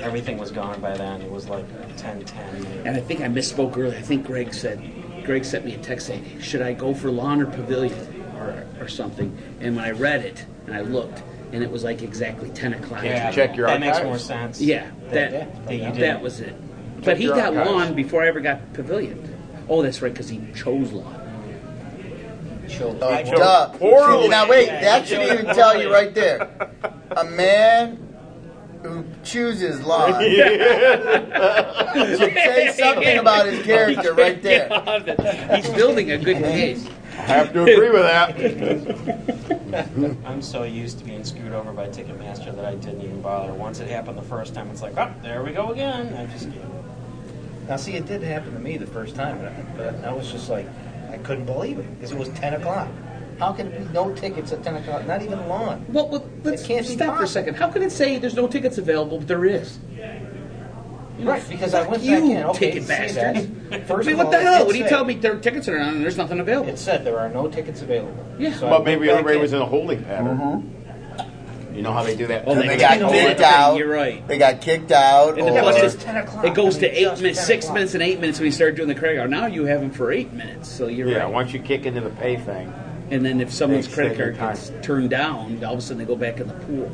Speaker 4: Everything was gone by then. It was like ten ten.
Speaker 7: And I think I misspoke earlier. I think Greg said, Greg sent me a text saying, "Should I go for lawn or pavilion or, or something?" And when I read it and I looked, and it was like exactly ten o'clock.
Speaker 5: check your
Speaker 4: that makes
Speaker 5: archives.
Speaker 4: more sense.
Speaker 7: Yeah,
Speaker 4: yeah,
Speaker 7: that
Speaker 4: that you
Speaker 7: that,
Speaker 4: did.
Speaker 7: was it. But he
Speaker 5: your
Speaker 7: got
Speaker 5: archives.
Speaker 7: lawn before I ever got pavilion. Oh, that's right, because he chose lawn.
Speaker 2: Oh,
Speaker 4: I chose
Speaker 2: duh.
Speaker 5: poorly.
Speaker 2: See, Now wait,
Speaker 4: Yeah,
Speaker 2: that
Speaker 4: you
Speaker 2: should
Speaker 4: chose
Speaker 2: even tell you
Speaker 4: poorly.
Speaker 2: right there. A man who chooses lawn should say something about his character right there.
Speaker 7: He's building a good case.
Speaker 5: I have to agree with that.
Speaker 4: I'm so used to being screwed over by Ticketmaster that I didn't even bother. Once it happened the first time, it's like, oh, there we go again. I just gave up.
Speaker 3: Now, see, it did happen to me the first time, and I, but I was just like, I couldn't believe it because it was 10 o'clock. How can it be no tickets at 10 o'clock? Not even lawn.
Speaker 7: Well, well let's
Speaker 3: It can't be
Speaker 7: stop for a
Speaker 3: possible.
Speaker 7: second. How can it say there's no tickets available, but there is?
Speaker 3: Right, because I went
Speaker 7: you,
Speaker 3: back in. Okay,
Speaker 7: ticket
Speaker 3: see
Speaker 7: bastard.
Speaker 3: that?
Speaker 7: I
Speaker 3: First
Speaker 7: mean,
Speaker 3: of
Speaker 7: what
Speaker 3: all,
Speaker 7: the
Speaker 3: it
Speaker 7: hell?
Speaker 3: did
Speaker 7: What do you
Speaker 3: say-
Speaker 7: tell me? There are tickets are on, and there's nothing available.
Speaker 3: It said there are no tickets available.
Speaker 7: Yeah.
Speaker 3: I
Speaker 5: But
Speaker 3: went
Speaker 5: maybe
Speaker 3: back
Speaker 5: everybody was in a holding pattern. You know how they do that?
Speaker 7: Oh,
Speaker 2: And they
Speaker 7: they
Speaker 2: got
Speaker 7: got
Speaker 2: kicked
Speaker 7: it.
Speaker 2: out.
Speaker 7: You're right.
Speaker 2: They got kicked out.
Speaker 7: And the
Speaker 2: or-
Speaker 3: Plus,
Speaker 7: Well,
Speaker 3: Oh, it's
Speaker 7: it-
Speaker 3: 10 o'clock.
Speaker 7: It goes
Speaker 3: I
Speaker 7: to
Speaker 3: mean,
Speaker 7: eight
Speaker 3: just
Speaker 7: minutes,
Speaker 3: 10
Speaker 7: six
Speaker 3: o'clock.
Speaker 7: minutes, and eight minutes when you start doing the credit card. Now you have them for eight minutes, so you're
Speaker 5: yeah,
Speaker 7: right.
Speaker 5: once you kick into the pay thing,
Speaker 7: And then if someone's
Speaker 5: They
Speaker 7: credit
Speaker 5: extend
Speaker 7: card
Speaker 5: the
Speaker 7: gets
Speaker 5: time.
Speaker 7: turned down, all of a sudden they go back in the pool.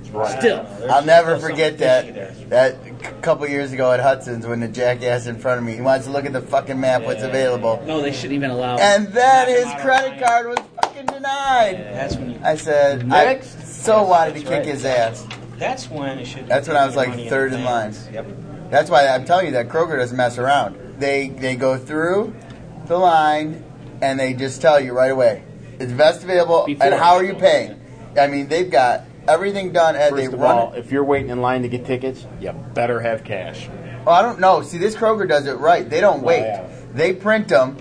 Speaker 5: it's right.
Speaker 7: Still,
Speaker 2: I'll never
Speaker 3: There's still
Speaker 2: forget
Speaker 3: something fishy
Speaker 2: that. That a couple years ago at Hudson's when the jackass in front of me, he wants to look at the fucking map, what's available.
Speaker 7: no, they shouldn't even allow.
Speaker 2: And then
Speaker 4: Knock him
Speaker 2: his
Speaker 4: out of
Speaker 2: credit
Speaker 4: line.
Speaker 2: card was fucking denied.
Speaker 4: That's when you.
Speaker 2: I said, I so wanted to kick his ass.
Speaker 4: That's when it should.
Speaker 2: That's when I was, like,
Speaker 4: money
Speaker 2: third in line.
Speaker 4: advance. Yep.
Speaker 2: That's why I'm telling you that Kroger doesn't mess around. They they go through the line and they just tell you right away. It's best available and how are you paying? I mean they've got everything done and they
Speaker 5: First of
Speaker 2: run
Speaker 5: all,
Speaker 2: it.
Speaker 5: if you're waiting in line to get tickets, you better have cash.
Speaker 2: Oh, I don't know. See, this Kroger does it right. They
Speaker 3: Oh,
Speaker 2: don't wait.
Speaker 5: yeah.
Speaker 2: They print them,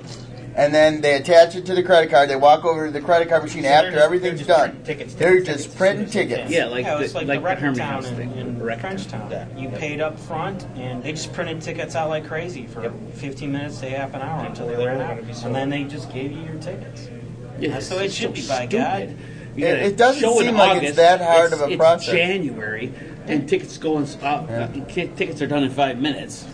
Speaker 2: and then they attach it to the credit card. They walk over to the credit card machine
Speaker 3: So they're
Speaker 2: after
Speaker 3: just-
Speaker 2: everything's
Speaker 3: they're just
Speaker 2: done.
Speaker 3: printing tickets,
Speaker 2: they're
Speaker 3: tickets,
Speaker 2: just
Speaker 3: tickets,
Speaker 2: printing
Speaker 3: tickets,
Speaker 2: tickets.
Speaker 7: yeah, like
Speaker 4: yeah, it
Speaker 7: the,
Speaker 4: was like, the
Speaker 7: the
Speaker 4: Wrecker
Speaker 7: Herman
Speaker 4: Town
Speaker 7: House
Speaker 4: in,
Speaker 7: thing.
Speaker 4: in
Speaker 7: Wrecker
Speaker 4: French
Speaker 7: Town.
Speaker 4: Town. You paid up front, and they just printed tickets out like crazy for 15 minutes to half an hour until they ran out, and then they just gave you your tickets.
Speaker 7: Yeah,
Speaker 4: That's the
Speaker 7: it's
Speaker 4: way it should be, by
Speaker 7: stupid.
Speaker 4: God.
Speaker 7: You
Speaker 2: It-
Speaker 7: gotta
Speaker 2: it doesn't
Speaker 7: show in
Speaker 2: seem like it's
Speaker 7: August,
Speaker 2: that hard
Speaker 7: it's-
Speaker 2: of a
Speaker 7: it's
Speaker 2: process.
Speaker 7: January, and tickets go in, uh, ki- tickets are done in five minutes.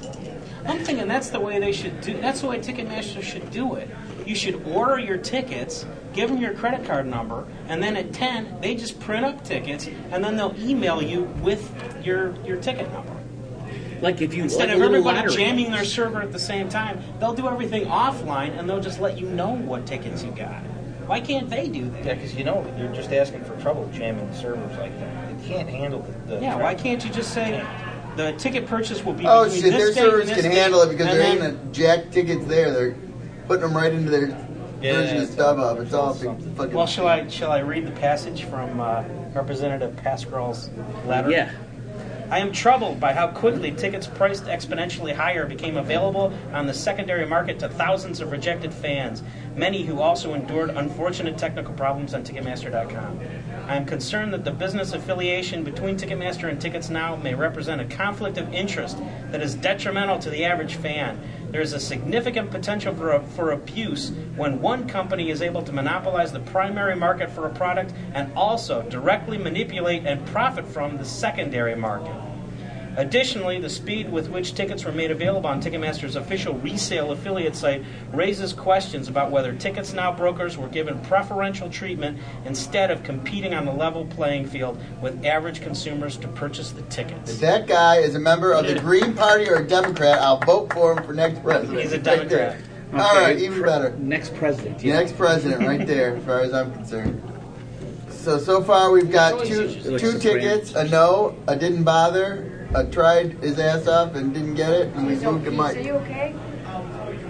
Speaker 4: I'm thinking that's the way they should do. That's the way Ticketmaster should do it. You should order your tickets, give them your credit card number, and then at ten they just print up tickets, and then they'll email you with your your ticket number.
Speaker 7: Like if you
Speaker 4: Instead of
Speaker 7: like a little
Speaker 4: everybody
Speaker 7: lottery.
Speaker 4: jamming their server at the same time, they'll do everything offline, and they'll just let you know what tickets you got. Why can't they do
Speaker 3: Yeah,
Speaker 4: that?
Speaker 3: because you know you're just asking for trouble jamming servers like that. They can't handle the. the
Speaker 4: Yeah,
Speaker 3: traffic.
Speaker 4: why can't you just say, The ticket purchase will be
Speaker 2: Oh
Speaker 4: between
Speaker 2: shit,
Speaker 4: this
Speaker 2: their
Speaker 4: date
Speaker 2: servers
Speaker 4: and this
Speaker 2: can
Speaker 4: date,
Speaker 2: handle it because
Speaker 4: and
Speaker 2: there ain't
Speaker 4: then-
Speaker 2: a jack tickets there. They're putting them right into their
Speaker 3: Yeah,
Speaker 2: version of
Speaker 3: it's
Speaker 2: StubHub. It's all big
Speaker 3: something.
Speaker 2: fucking.
Speaker 4: Well, shall I shall I read the passage from uh, Representative Pascrell's letter?
Speaker 1: Yeah.
Speaker 4: I am troubled by how quickly tickets priced exponentially higher became available on the secondary market to thousands of rejected fans, many who also endured unfortunate technical problems on Ticketmaster.com. I am concerned that the business affiliation between Ticketmaster and TicketsNow may represent a conflict of interest that is detrimental to the average fan. There is a significant potential for, for abuse when one company is able to monopolize the primary market for a product and also directly manipulate and profit from the secondary market. Additionally, the speed with which tickets were made available on Ticketmaster's official resale affiliate site raises questions about whether Tickets Now brokers were given preferential treatment instead of competing on the level playing field with average consumers to purchase the
Speaker 2: If
Speaker 4: tickets.
Speaker 2: that guy is a member of the Green Party or a Democrat, I'll vote for him for next president.
Speaker 4: He's a
Speaker 2: Right there.
Speaker 4: Democrat.
Speaker 2: All right,
Speaker 1: Okay,
Speaker 2: even
Speaker 1: pr-
Speaker 2: better.
Speaker 1: Next president.
Speaker 2: The next president, right there, as far as I'm concerned. So so far we've got two
Speaker 1: Like
Speaker 2: two
Speaker 1: Supreme.
Speaker 2: tickets, a no, a didn't bother, a tried his ass off and didn't get it, and we moved to
Speaker 8: Are
Speaker 2: Mike.
Speaker 8: you okay?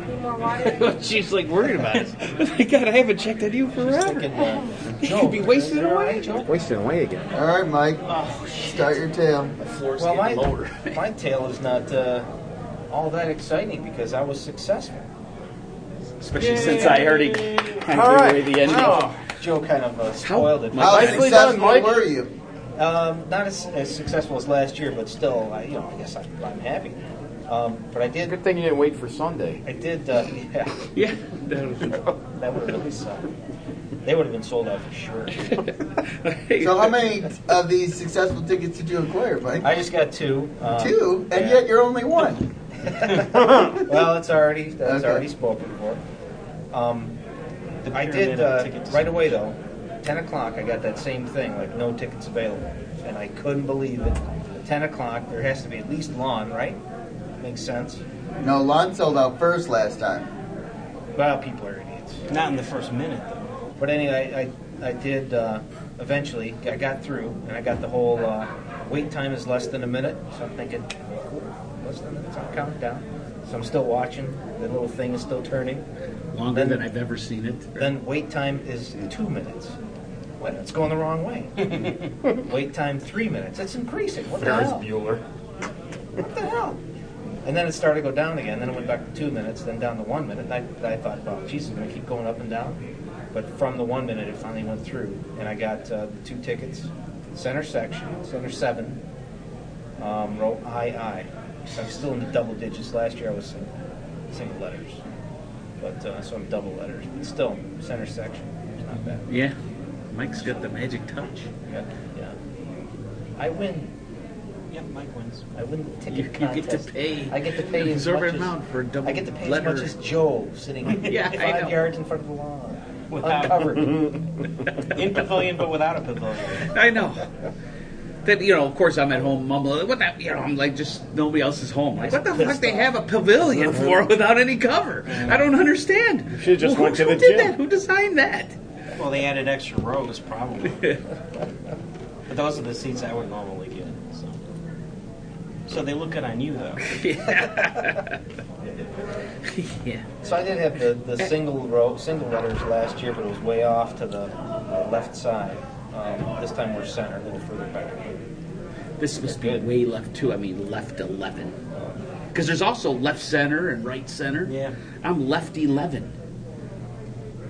Speaker 8: Need more water?
Speaker 7: She's like worried about us. Like, Oh God, I haven't checked on you forever. You could be wasted away.
Speaker 5: Wasting away again.
Speaker 2: All right, Mike,
Speaker 4: Oh,
Speaker 2: start your tale.
Speaker 3: Well, my, my tale is not uh, all that exciting because I was successful.
Speaker 7: Especially since I heard he kind of
Speaker 5: All right.
Speaker 7: gave away the ending.
Speaker 5: Wow.
Speaker 3: Joe kind of uh, spoiled it.
Speaker 2: How
Speaker 5: Nicely
Speaker 2: Oh, successful
Speaker 5: done, Mike.
Speaker 2: were you?
Speaker 3: Um, not as, as successful as last year, but still, I, you know, I guess I'm, I'm happy. Um, but I did,
Speaker 5: Good thing you didn't wait for Sunday.
Speaker 3: I did, uh, yeah,
Speaker 1: Yeah. That was-
Speaker 3: that would have really sucked. They would have been sold out for sure.
Speaker 2: So how many of these successful tickets did you acquire, Mike?
Speaker 3: I just got two. Um,
Speaker 2: Two, and
Speaker 3: yeah.
Speaker 2: yet you're only one.
Speaker 3: Well, it's already that's
Speaker 2: Okay.
Speaker 3: already spoken for. Um,
Speaker 4: The
Speaker 3: I
Speaker 4: pyramid
Speaker 3: did
Speaker 4: of
Speaker 3: uh,
Speaker 4: ticket
Speaker 3: right away though. Ten o'clock, I got that same thing, like no tickets available, and I couldn't believe it. Ten o'clock, there has to be at least lawn, right? Makes sense.
Speaker 2: No, Lon sold out first last time.
Speaker 3: Well, people are idiots.
Speaker 4: Not in the first minute, though.
Speaker 3: But anyway, I, I, I did uh, eventually. I got through, and I got the whole uh, wait time is less than a minute. So I'm thinking, cool, less than a minute. So I'm counting down. So I'm still watching. The little thing is still turning.
Speaker 1: Longer
Speaker 3: Then-
Speaker 1: than I've ever seen it.
Speaker 3: Then wait time is two minutes. Wait, it's going the wrong way. wait time three minutes. It's increasing. What the
Speaker 5: Ferris
Speaker 3: hell?
Speaker 5: Bueller.
Speaker 3: What the hell? And then it started to go down again. Then it went back to two minutes, then down to one minute. And I, I thought, well, geez, it's going to keep going up and down. But from the one minute, it finally went through. And I got uh, the two tickets center section, center seven, um, row II. I'm still in the double digits. Last year, I was single, single letters. But uh, so I'm double letters. But still, center section. It's not bad.
Speaker 1: Yeah. Mike's got the magic touch.
Speaker 3: Yeah. yeah. I win.
Speaker 4: Yeah, Mike wins.
Speaker 3: I win the ticket
Speaker 1: You, you get to
Speaker 3: contest.
Speaker 1: pay
Speaker 3: I get to pay
Speaker 1: an
Speaker 3: as much
Speaker 1: exorbitant
Speaker 3: as-
Speaker 1: amount for a double
Speaker 3: I get to pay
Speaker 1: letter.
Speaker 3: as much as Joe sitting
Speaker 1: Yeah, I know.
Speaker 3: five yards in front of the lawn,
Speaker 4: Without-
Speaker 3: uncovered.
Speaker 4: In pavilion, but without a pavilion.
Speaker 1: I know. That you know, of course, I'm at home mumbling. What that? You know, I'm like, just nobody else is home. Like, what the fuck? They have a pavilion for without any cover? I don't understand.
Speaker 5: You should've just
Speaker 1: who,
Speaker 5: went to
Speaker 1: who
Speaker 5: the
Speaker 1: did
Speaker 5: gym.
Speaker 1: that? Who designed that?
Speaker 4: Well, they added extra rows, probably. but those are the seats I would normally get. So, so they look good on you, though.
Speaker 1: yeah.
Speaker 3: so I did have the, the single row single letters last year, but it was way off to the left side. Um, this time we're center, a little further back.
Speaker 1: This must be
Speaker 3: Good.
Speaker 1: way left too. I mean, left eleven. Because there's also left center and right center.
Speaker 4: Yeah.
Speaker 1: I'm left eleven.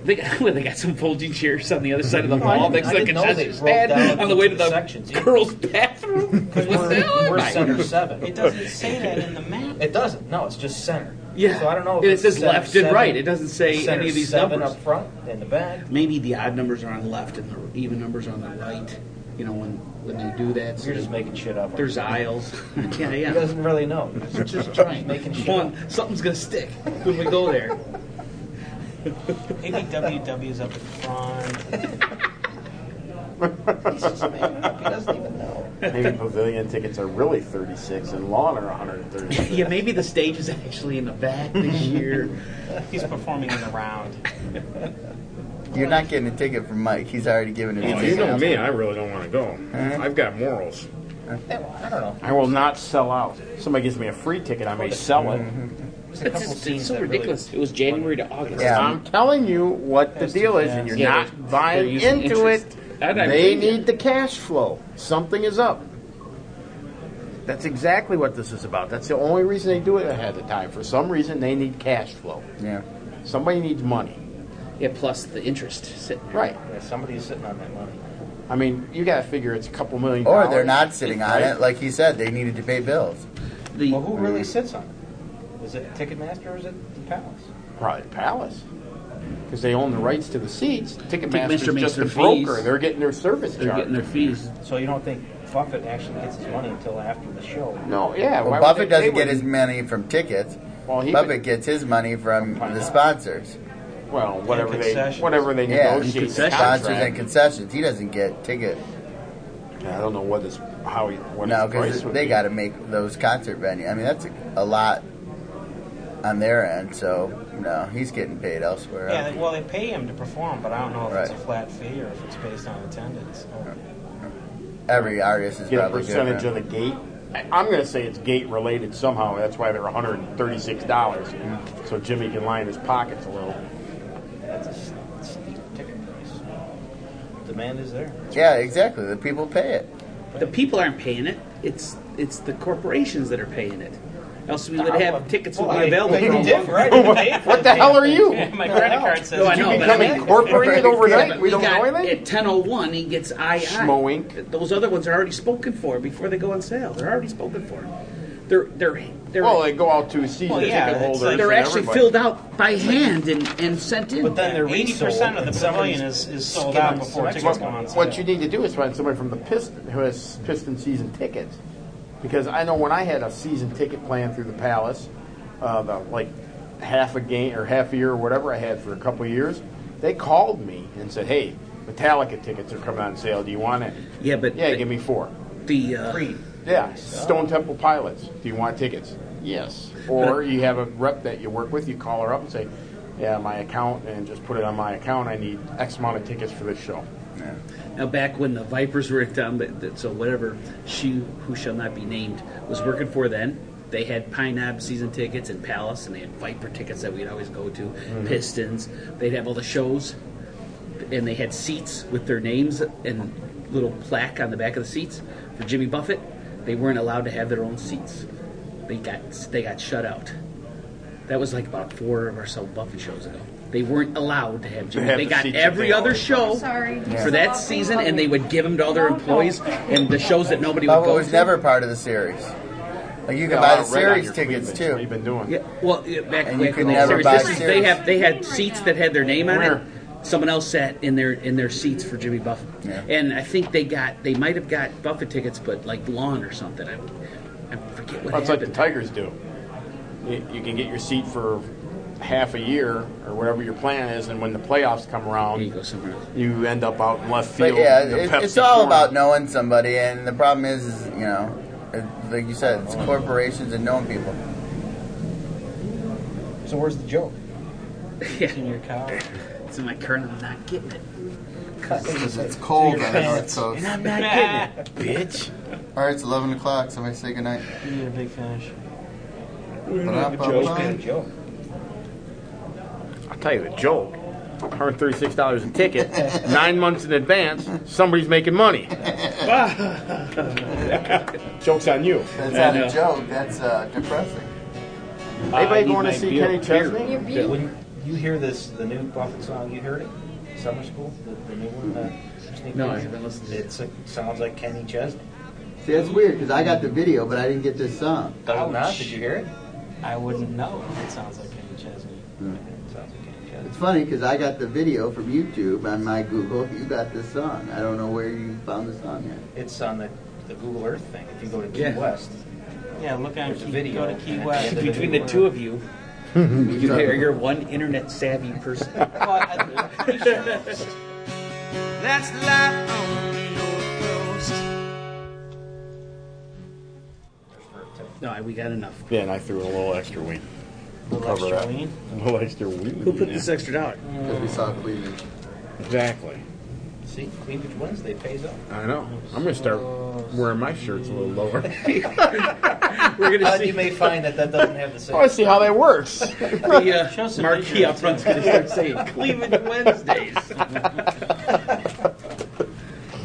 Speaker 1: They got, well, they got some folding chairs on the other side of the hall next to
Speaker 3: I
Speaker 1: the
Speaker 3: didn't know they
Speaker 1: concession
Speaker 3: broke down
Speaker 1: stand on the way to
Speaker 3: into
Speaker 1: the
Speaker 3: sections either.
Speaker 1: girls' bathroom.
Speaker 3: We're, we're
Speaker 1: Right.
Speaker 3: center seven.
Speaker 4: It doesn't say that in the map.
Speaker 3: It doesn't. No, it's just center.
Speaker 1: Yeah.
Speaker 3: So I don't know. If
Speaker 1: And it
Speaker 3: it's
Speaker 1: says
Speaker 3: center
Speaker 1: left and
Speaker 3: seven,
Speaker 1: right. It doesn't say
Speaker 3: center
Speaker 1: any of these
Speaker 3: seven
Speaker 1: numbers.
Speaker 3: up front and the back.
Speaker 1: Maybe the odd numbers are on the left and the even numbers are on the right. You know when when they do that. so
Speaker 3: You're just making shit up.
Speaker 1: there's aisles. yeah,
Speaker 3: He
Speaker 1: yeah.
Speaker 3: doesn't really know. He's just trying, making shit up.
Speaker 1: One, something's gonna stick when we go there.
Speaker 4: Maybe WW is up in front.
Speaker 3: He's just making it up. He doesn't even know.
Speaker 5: Maybe pavilion tickets are really 36 and lawn are 136.
Speaker 1: yeah, maybe the stage is actually in the back this year.
Speaker 4: He's performing in the round.
Speaker 2: You're not
Speaker 5: Oh,
Speaker 2: getting a ticket from Mike. He's already given it. to
Speaker 5: Well,
Speaker 2: me.
Speaker 5: you know me, I really don't want to go. I've got morals.
Speaker 3: I don't know.
Speaker 5: Hmm? I will not sell out. Somebody gives me a free ticket, I may sell it.
Speaker 3: There's a
Speaker 1: It's,
Speaker 3: couple
Speaker 1: just- it's
Speaker 3: scenes
Speaker 1: so
Speaker 3: that really-
Speaker 1: ridiculous. it was January to August.
Speaker 2: Yeah.
Speaker 5: I'm telling you what the
Speaker 3: That's too
Speaker 5: deal is,
Speaker 3: fast.
Speaker 5: and you're
Speaker 1: Yeah, they're-
Speaker 5: not buying
Speaker 1: they're using
Speaker 5: into
Speaker 1: interest. I- I
Speaker 5: it. They
Speaker 1: believe you.
Speaker 5: need the cash flow. Something is up. That's exactly what this is about. That's the only reason they do it ahead of time. For some reason, they need cash flow.
Speaker 2: Yeah.
Speaker 5: Somebody needs money.
Speaker 1: Yeah, plus the interest sitting there.
Speaker 5: Right.
Speaker 3: Yeah, somebody's sitting on that money.
Speaker 5: I mean, you got to figure it's a couple million
Speaker 2: Or
Speaker 5: dollars.
Speaker 2: they're not sitting on
Speaker 5: Right.
Speaker 2: it. Like he said, they needed to pay bills.
Speaker 9: The,
Speaker 3: Well, who really sits on it? Is it Ticketmaster or is it the Palace?
Speaker 5: Probably the Palace. Because they own the rights to the seats.
Speaker 9: Ticketmaster
Speaker 5: Ticketmaster's
Speaker 9: makes
Speaker 5: just a
Speaker 9: their fees.
Speaker 5: broker. They're getting their service
Speaker 9: they're
Speaker 5: charge.
Speaker 9: getting their fees.
Speaker 3: So you don't think Buffett actually gets his money until after the show?
Speaker 5: no, yeah. why
Speaker 2: Well,
Speaker 5: would
Speaker 2: Buffett
Speaker 5: they- they
Speaker 2: doesn't get his
Speaker 5: wouldn't-
Speaker 2: money from tickets.
Speaker 5: Well, he
Speaker 2: Buffett
Speaker 5: would-
Speaker 2: gets his money from
Speaker 3: Why
Speaker 2: the
Speaker 3: not?
Speaker 2: sponsors.
Speaker 5: Well, whatever they
Speaker 3: concessions.
Speaker 5: whatever they
Speaker 2: Yeah, and
Speaker 5: negotiate. the
Speaker 9: concessions.
Speaker 2: Sponsors
Speaker 5: contract.
Speaker 2: and concessions. He doesn't get ticket.
Speaker 5: Yeah, I don't know what this, how he, what
Speaker 2: No,
Speaker 5: his price
Speaker 2: because
Speaker 5: would
Speaker 2: they
Speaker 5: be.
Speaker 2: got to make those concert venue. I mean, that's a, a lot on their end. So no, he's getting paid elsewhere.
Speaker 4: Yeah, they- well, they pay him to perform, but I don't know if it's a
Speaker 2: Right.
Speaker 4: flat fee or if it's based on attendance. Or,
Speaker 2: Every artist is
Speaker 5: Get a
Speaker 2: probably
Speaker 5: percentage
Speaker 2: good.
Speaker 5: of the gate. I, I'm going to say it's gate related somehow. That's why they're 136 dollars. So Jimmy can line his pockets a little.
Speaker 3: That's a s- steep ticket price. Demand is there.
Speaker 2: Yeah, exactly. The people pay it.
Speaker 1: The people aren't paying it. It's it's the corporations that are paying it. Else we would
Speaker 3: Ah, Well,
Speaker 1: have tickets would
Speaker 3: well,
Speaker 1: be available.
Speaker 3: they did, right?
Speaker 5: What the hell are you?
Speaker 4: yeah, my credit card says
Speaker 1: No, I
Speaker 5: Did
Speaker 1: know,
Speaker 5: you
Speaker 1: but
Speaker 5: become
Speaker 1: I mean-
Speaker 5: incorporated
Speaker 1: Yeah,
Speaker 5: overnight?
Speaker 1: but
Speaker 5: we, don't
Speaker 1: got,
Speaker 5: know anything.
Speaker 1: At ten oh one, he gets I
Speaker 5: Schmoink.
Speaker 1: Those other ones are already spoken for before they go on sale. They're already spoken for. They're they're they're
Speaker 5: well, they go out to season
Speaker 4: Well, yeah,
Speaker 5: ticket
Speaker 4: it's
Speaker 5: holders.
Speaker 4: like-
Speaker 1: they're
Speaker 5: and
Speaker 1: actually
Speaker 5: everybody.
Speaker 1: filled out by hand and, and sent in.
Speaker 3: But then they're
Speaker 4: eighty
Speaker 3: resold.
Speaker 4: percent of
Speaker 3: and
Speaker 4: the
Speaker 3: somebody's
Speaker 4: pavilion is, is sold
Speaker 3: skin
Speaker 4: out
Speaker 3: on
Speaker 4: before
Speaker 3: some
Speaker 4: tickets
Speaker 3: extra
Speaker 4: go on
Speaker 3: ones.
Speaker 4: sale.
Speaker 5: What you need to do is find somebody from the Piston who has Piston season tickets, because I know when I had a season ticket plan through the Palace, uh, about like half a game or half a year or whatever I had for a couple of years, they called me and said, "Hey, Metallica tickets are coming on sale. Do you want it?
Speaker 1: yeah, but
Speaker 5: Yeah, give me four.
Speaker 1: the uh,
Speaker 3: Free.
Speaker 5: Yeah, Stone Temple Pilots. Do you want tickets? Yes. Or you have a rep that you work with. You call her up and say." Yeah, my account, and just put it on my account. I need X amount of tickets for this show.
Speaker 1: Now, back when the Vipers were down, but- that- so whatever she who shall not be named was working for then, they had Pine Knob season tickets and Palace, and they had Viper tickets that we'd always go to,
Speaker 5: Mm-hmm.
Speaker 1: Pistons. They'd have all the shows, and they had seats with their names and little plaque on the back of the seats for Jimmy Buffett. They weren't allowed to have their own seats. They got they got shut out. That was like about four or so Buffett shows ago. They weren't allowed to have Jimmy.
Speaker 5: had
Speaker 1: They
Speaker 5: the
Speaker 1: got
Speaker 5: seats that
Speaker 1: every
Speaker 5: they
Speaker 1: other
Speaker 5: always
Speaker 8: I'm
Speaker 1: show
Speaker 8: sorry.
Speaker 1: for that season, and they would give them to other employees and the shows that nobody would
Speaker 2: But it
Speaker 1: go
Speaker 2: was
Speaker 1: to.
Speaker 2: never part of the series. Like you can
Speaker 5: Got a
Speaker 2: buy
Speaker 5: lot
Speaker 2: the
Speaker 5: of red on
Speaker 2: series
Speaker 5: your
Speaker 2: tickets
Speaker 5: cleavage. What you
Speaker 2: too.
Speaker 5: been doing?
Speaker 1: Yeah, well, yeah, back
Speaker 2: And
Speaker 1: back
Speaker 2: you could
Speaker 1: in the
Speaker 2: never
Speaker 1: series,
Speaker 2: buy
Speaker 1: this is- they
Speaker 2: series.
Speaker 1: have they had seats that had their name on it.
Speaker 5: Where?
Speaker 1: Someone else sat in their in their seats for Jimmy Buffett,
Speaker 2: Yeah.
Speaker 1: and I think they got they might have got Buffett tickets, but like lawn or something. I, I forget what
Speaker 5: Well, it's like the
Speaker 1: happened.
Speaker 5: Tigers do. You, you can get your seat for half a year or whatever your plan is, and when the playoffs come around,
Speaker 1: you go somewhere else.
Speaker 5: you end up out in left
Speaker 2: But
Speaker 5: field.
Speaker 2: yeah,
Speaker 5: the
Speaker 2: it, it's
Speaker 5: Pepsi
Speaker 2: all
Speaker 5: corner.
Speaker 2: about knowing somebody, and the problem is, is you know, it, like you said, it's corporations and knowing people.
Speaker 3: So where's the joke?
Speaker 4: In your car.
Speaker 1: It's in my current. I'm not getting it.
Speaker 2: It's cold on the North Coast.
Speaker 1: I'm not getting it.
Speaker 4: You're
Speaker 5: bitch.
Speaker 2: All right, it's eleven o'clock. Somebody say goodnight.
Speaker 4: a big finish.
Speaker 3: Joe's been a joke.
Speaker 5: I'll tell you the joke. $136 a ticket, nine months in advance, somebody's making money. Joke's on you.
Speaker 2: That's not a joke. That's uh, depressing.
Speaker 5: Anybody going to see Kenny Chesney?
Speaker 8: You're beautiful.
Speaker 3: When you hear this, the new Buffett song, you heard it? Summer School, the, the new one. Uh, Sneak
Speaker 1: No, I
Speaker 3: Preview?
Speaker 1: haven't listened to it.
Speaker 3: It's, it sounds like Kenny Chesney.
Speaker 2: See, that's weird because I got the video, but I didn't get this song.
Speaker 3: Does it not?
Speaker 4: Ouch.
Speaker 3: Did you hear it?
Speaker 4: I wouldn't know if it sounds like Kenny Chesney.
Speaker 3: It sounds like Kenny Chesney.
Speaker 2: It's funny because I got the video from YouTube on my Google. You got this song. I don't know where you found the song yet.
Speaker 3: It's on the, the Google Earth thing. If you go to Key
Speaker 1: Yeah.
Speaker 3: West,
Speaker 4: Yeah, look on
Speaker 3: There's a
Speaker 4: Key,
Speaker 3: video.
Speaker 4: go to Key
Speaker 3: Yeah.
Speaker 4: West.
Speaker 1: Between the two of you, you are you're one internet savvy person.
Speaker 4: Well, I- I'm pretty sure
Speaker 10: That's life on the North Coast.
Speaker 1: No, I- we got enough.
Speaker 5: Then I threw in a little extra wing.
Speaker 4: Little
Speaker 5: Cover
Speaker 4: extra
Speaker 5: up.
Speaker 4: lean.
Speaker 5: A little extra wing.
Speaker 1: Who put this extra dollar?
Speaker 2: Because we saw Cleveland.
Speaker 5: Exactly.
Speaker 3: See, Cleavage Wednesday pays up.
Speaker 5: I know. I'm gonna start wearing my shirts a little lower.
Speaker 1: We're gonna
Speaker 3: But
Speaker 1: see
Speaker 3: you may find that that doesn't have the
Speaker 5: Oh, I want
Speaker 1: Oh,
Speaker 3: same.
Speaker 5: to see how that works.
Speaker 1: the
Speaker 4: Show
Speaker 1: uh,
Speaker 4: some
Speaker 1: marquee
Speaker 4: video,
Speaker 1: up front's going to start saying Cleavage Wednesdays.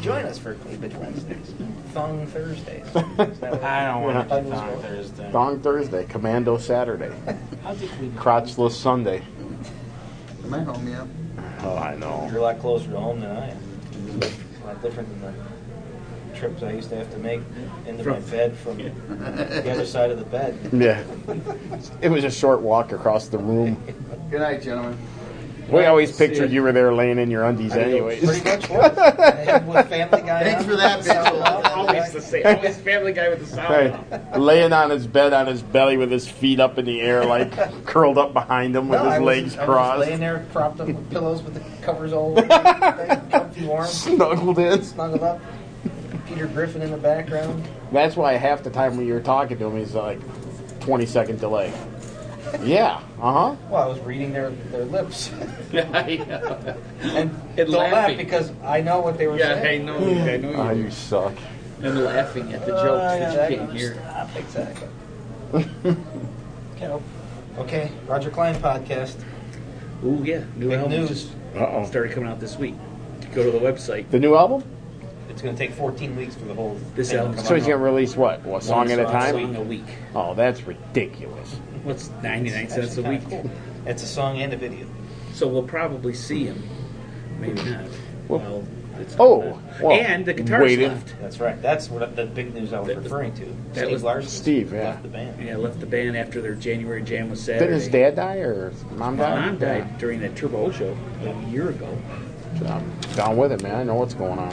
Speaker 3: Join us for Cleavage Wednesdays. Thong Thursdays.
Speaker 4: I don't want to do
Speaker 3: Yeah.
Speaker 4: Thong Thursday.
Speaker 5: Dong Thursday, Commando Saturday,
Speaker 4: I'll do Cleavage.
Speaker 5: Crotchless Sunday.
Speaker 2: Am I home yet?
Speaker 5: Oh, I know.
Speaker 3: You're a lot closer to home than I am. A lot different than the trips I used to have to make into my bed from the other side of the bed.
Speaker 5: Yeah, it was a short walk across the room.
Speaker 2: Good night, gentlemen.
Speaker 5: We always pictured you were there laying in your undies,
Speaker 3: It
Speaker 5: anyways.
Speaker 3: Pretty much was. I had with Family Guy.
Speaker 2: Thanks
Speaker 3: on.
Speaker 2: for that,
Speaker 1: Always
Speaker 2: Mitchell.
Speaker 1: the same. Always Family Guy with the sound.
Speaker 5: Hey, laying on his bed on his belly with his feet up in the air, like curled up behind him with
Speaker 3: No, I
Speaker 5: his
Speaker 3: was-
Speaker 5: legs
Speaker 3: I was
Speaker 5: crossed,
Speaker 3: laying there, propped up with pillows with the covers all over, everything, comfy, warm,
Speaker 5: snuggled in.
Speaker 3: snuggled up. Peter Griffin in the background.
Speaker 5: That's why half the time when you're talking to him, he's like 20 second delay. Yeah, uh huh.
Speaker 3: Well, I was reading their their lips,
Speaker 1: yeah,
Speaker 3: and
Speaker 1: And
Speaker 3: don't laugh
Speaker 1: laughing.
Speaker 3: because I know what they were
Speaker 1: yeah, I
Speaker 3: saying.
Speaker 1: know you. I know you.
Speaker 5: Oh, you suck.
Speaker 1: I'm Hmm. laughing at the
Speaker 3: Uh,
Speaker 1: jokes that you
Speaker 3: exactly.
Speaker 1: can't hear.
Speaker 3: Stop, exactly. Can't help. Okay, Roger Klein podcast.
Speaker 1: Ooh, yeah, new
Speaker 3: Big
Speaker 1: album
Speaker 3: news.
Speaker 5: Uh oh.
Speaker 1: started coming out this week. Go to the website.
Speaker 5: The new album?
Speaker 3: It's going to take 14 weeks for the whole
Speaker 1: This
Speaker 3: thing to
Speaker 1: album.
Speaker 3: come
Speaker 5: So he's
Speaker 1: Wow.
Speaker 5: gonna release what? One song
Speaker 1: One
Speaker 5: at a
Speaker 1: song-
Speaker 5: time?
Speaker 1: Song a week.
Speaker 5: Oh, that's ridiculous.
Speaker 1: What's 99 cents a
Speaker 3: Actually
Speaker 1: week?
Speaker 3: kinda cool. It's a song and a video.
Speaker 1: So we'll probably see him. Maybe not.
Speaker 5: Well-
Speaker 1: Well, it's
Speaker 5: Oh, well,
Speaker 1: and the guitarist
Speaker 5: waited.
Speaker 1: left.
Speaker 3: That's right. That's what the big news I was
Speaker 1: That-
Speaker 3: referring to.
Speaker 1: that
Speaker 3: Steve
Speaker 1: was-
Speaker 3: Larson
Speaker 5: Steve, yeah.
Speaker 3: left the band.
Speaker 1: Yeah, left the band after their January jam was Saturday.
Speaker 5: Didn't his dad die or his mom die?
Speaker 1: Mom died during that Turbo show a year ago.
Speaker 5: Yeah. I'm down with it, man. I know what's going on.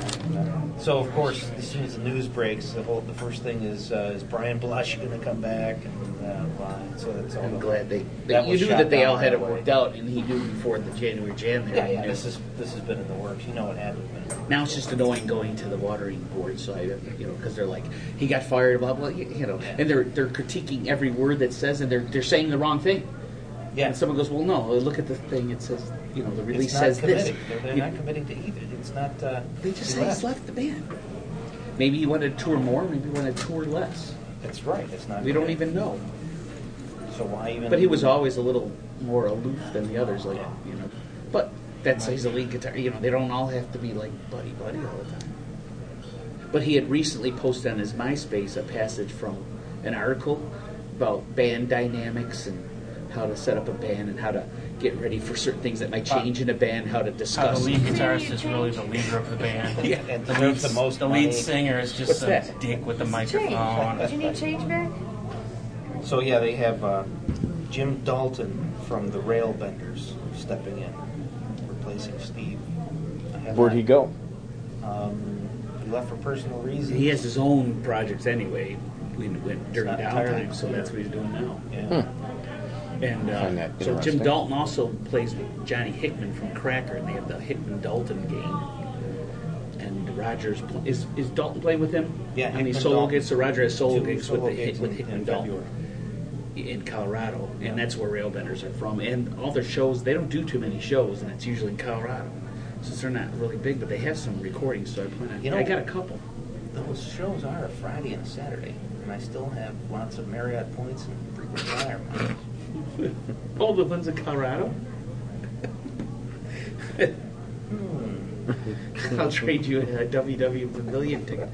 Speaker 3: So of course, as soon as the news breaks, the whole the first thing is uh, is Brian Blush going to come back and uh, blah. so that's all.
Speaker 1: I'm glad they.
Speaker 3: That
Speaker 1: you
Speaker 3: was
Speaker 1: knew
Speaker 3: shot
Speaker 1: that they
Speaker 3: down
Speaker 1: all had it
Speaker 3: right away.
Speaker 1: worked out, and he knew before the January jam. There,
Speaker 3: Yeah,
Speaker 1: he
Speaker 3: yeah.
Speaker 1: knew.
Speaker 3: This is this has been in the works. You know it had to have been. in the works.
Speaker 1: Now it's just annoying going to the watering board side, of, you know, because they're like, he got fired, blah blah, you you know, and they're they're critiquing every word that says, and they're they're saying the wrong thing.
Speaker 3: Yeah.
Speaker 1: And someone goes, well, no, look at the thing. It says, you know, the
Speaker 3: It's
Speaker 1: release
Speaker 3: not
Speaker 1: says this.
Speaker 3: committing. They're, they're
Speaker 1: You-
Speaker 3: not committing to either. It's not. Uh,
Speaker 1: They just
Speaker 3: he
Speaker 1: say he's left the band. Maybe he wanted to tour more. Maybe he wanted to tour less.
Speaker 3: That's right. It's not.
Speaker 1: We don't
Speaker 3: committing.
Speaker 1: even know.
Speaker 3: So why even?
Speaker 1: But he was always a little more aloof than the others, like
Speaker 3: Yeah.
Speaker 1: you know. But that's he's a lead guitar. You know, they don't all have to be like buddy buddy all the time. But he had recently posted on his MySpace a passage from an article about band dynamics and how to set up a band and how to get ready for certain things that might change in a band, how to
Speaker 4: How the
Speaker 1: discuss.
Speaker 4: lead guitarist is really the leader of the band.
Speaker 3: Yeah, and deserves the most
Speaker 4: The
Speaker 3: money.
Speaker 4: lead singer is just
Speaker 1: What's
Speaker 4: some
Speaker 1: that?
Speaker 4: dick with a
Speaker 8: Change.
Speaker 4: microphone.
Speaker 8: Do you need change back?
Speaker 3: So yeah, they have uh, Jim Dalton from the Railbenders stepping in, replacing Steve. I have
Speaker 5: Where'd
Speaker 3: not-
Speaker 5: he go?
Speaker 3: Um, he left for personal reasons.
Speaker 1: He has his own projects anyway. We went during
Speaker 3: not entirely
Speaker 1: downtime, so that's what he's doing now.
Speaker 3: Yeah.
Speaker 5: Hmm.
Speaker 1: And
Speaker 5: find
Speaker 1: uh,
Speaker 5: that
Speaker 1: so Jim
Speaker 5: interesting.
Speaker 1: Dalton also plays with Johnny Hickman from Cracker, and they have the Hickman Dalton game. And Rogers pl- is is Dalton playing with him?
Speaker 3: Yeah,
Speaker 1: I mean
Speaker 3: Hickman
Speaker 1: solo
Speaker 3: Dalton.
Speaker 1: gigs. So Roger has solo
Speaker 3: Two
Speaker 1: gigs
Speaker 3: solo
Speaker 1: with the
Speaker 3: gigs
Speaker 1: Hick, with
Speaker 3: in-
Speaker 1: Hickman
Speaker 3: in
Speaker 1: Dalton
Speaker 3: February.
Speaker 1: in Colorado,
Speaker 3: Yeah.
Speaker 1: and that's where Railbenders are from. And all their shows, they don't do too many shows, and it's usually in Colorado. Since they're not really big, but they have some recordings, so I plan on.
Speaker 3: You know-
Speaker 1: I got a couple.
Speaker 3: Those shows are a Friday and a Saturday, and I still have lots of Marriott points and frequent flyer miles.
Speaker 1: Oh, the ones in Colorado. I'll trade you a WW Pavilion ticket.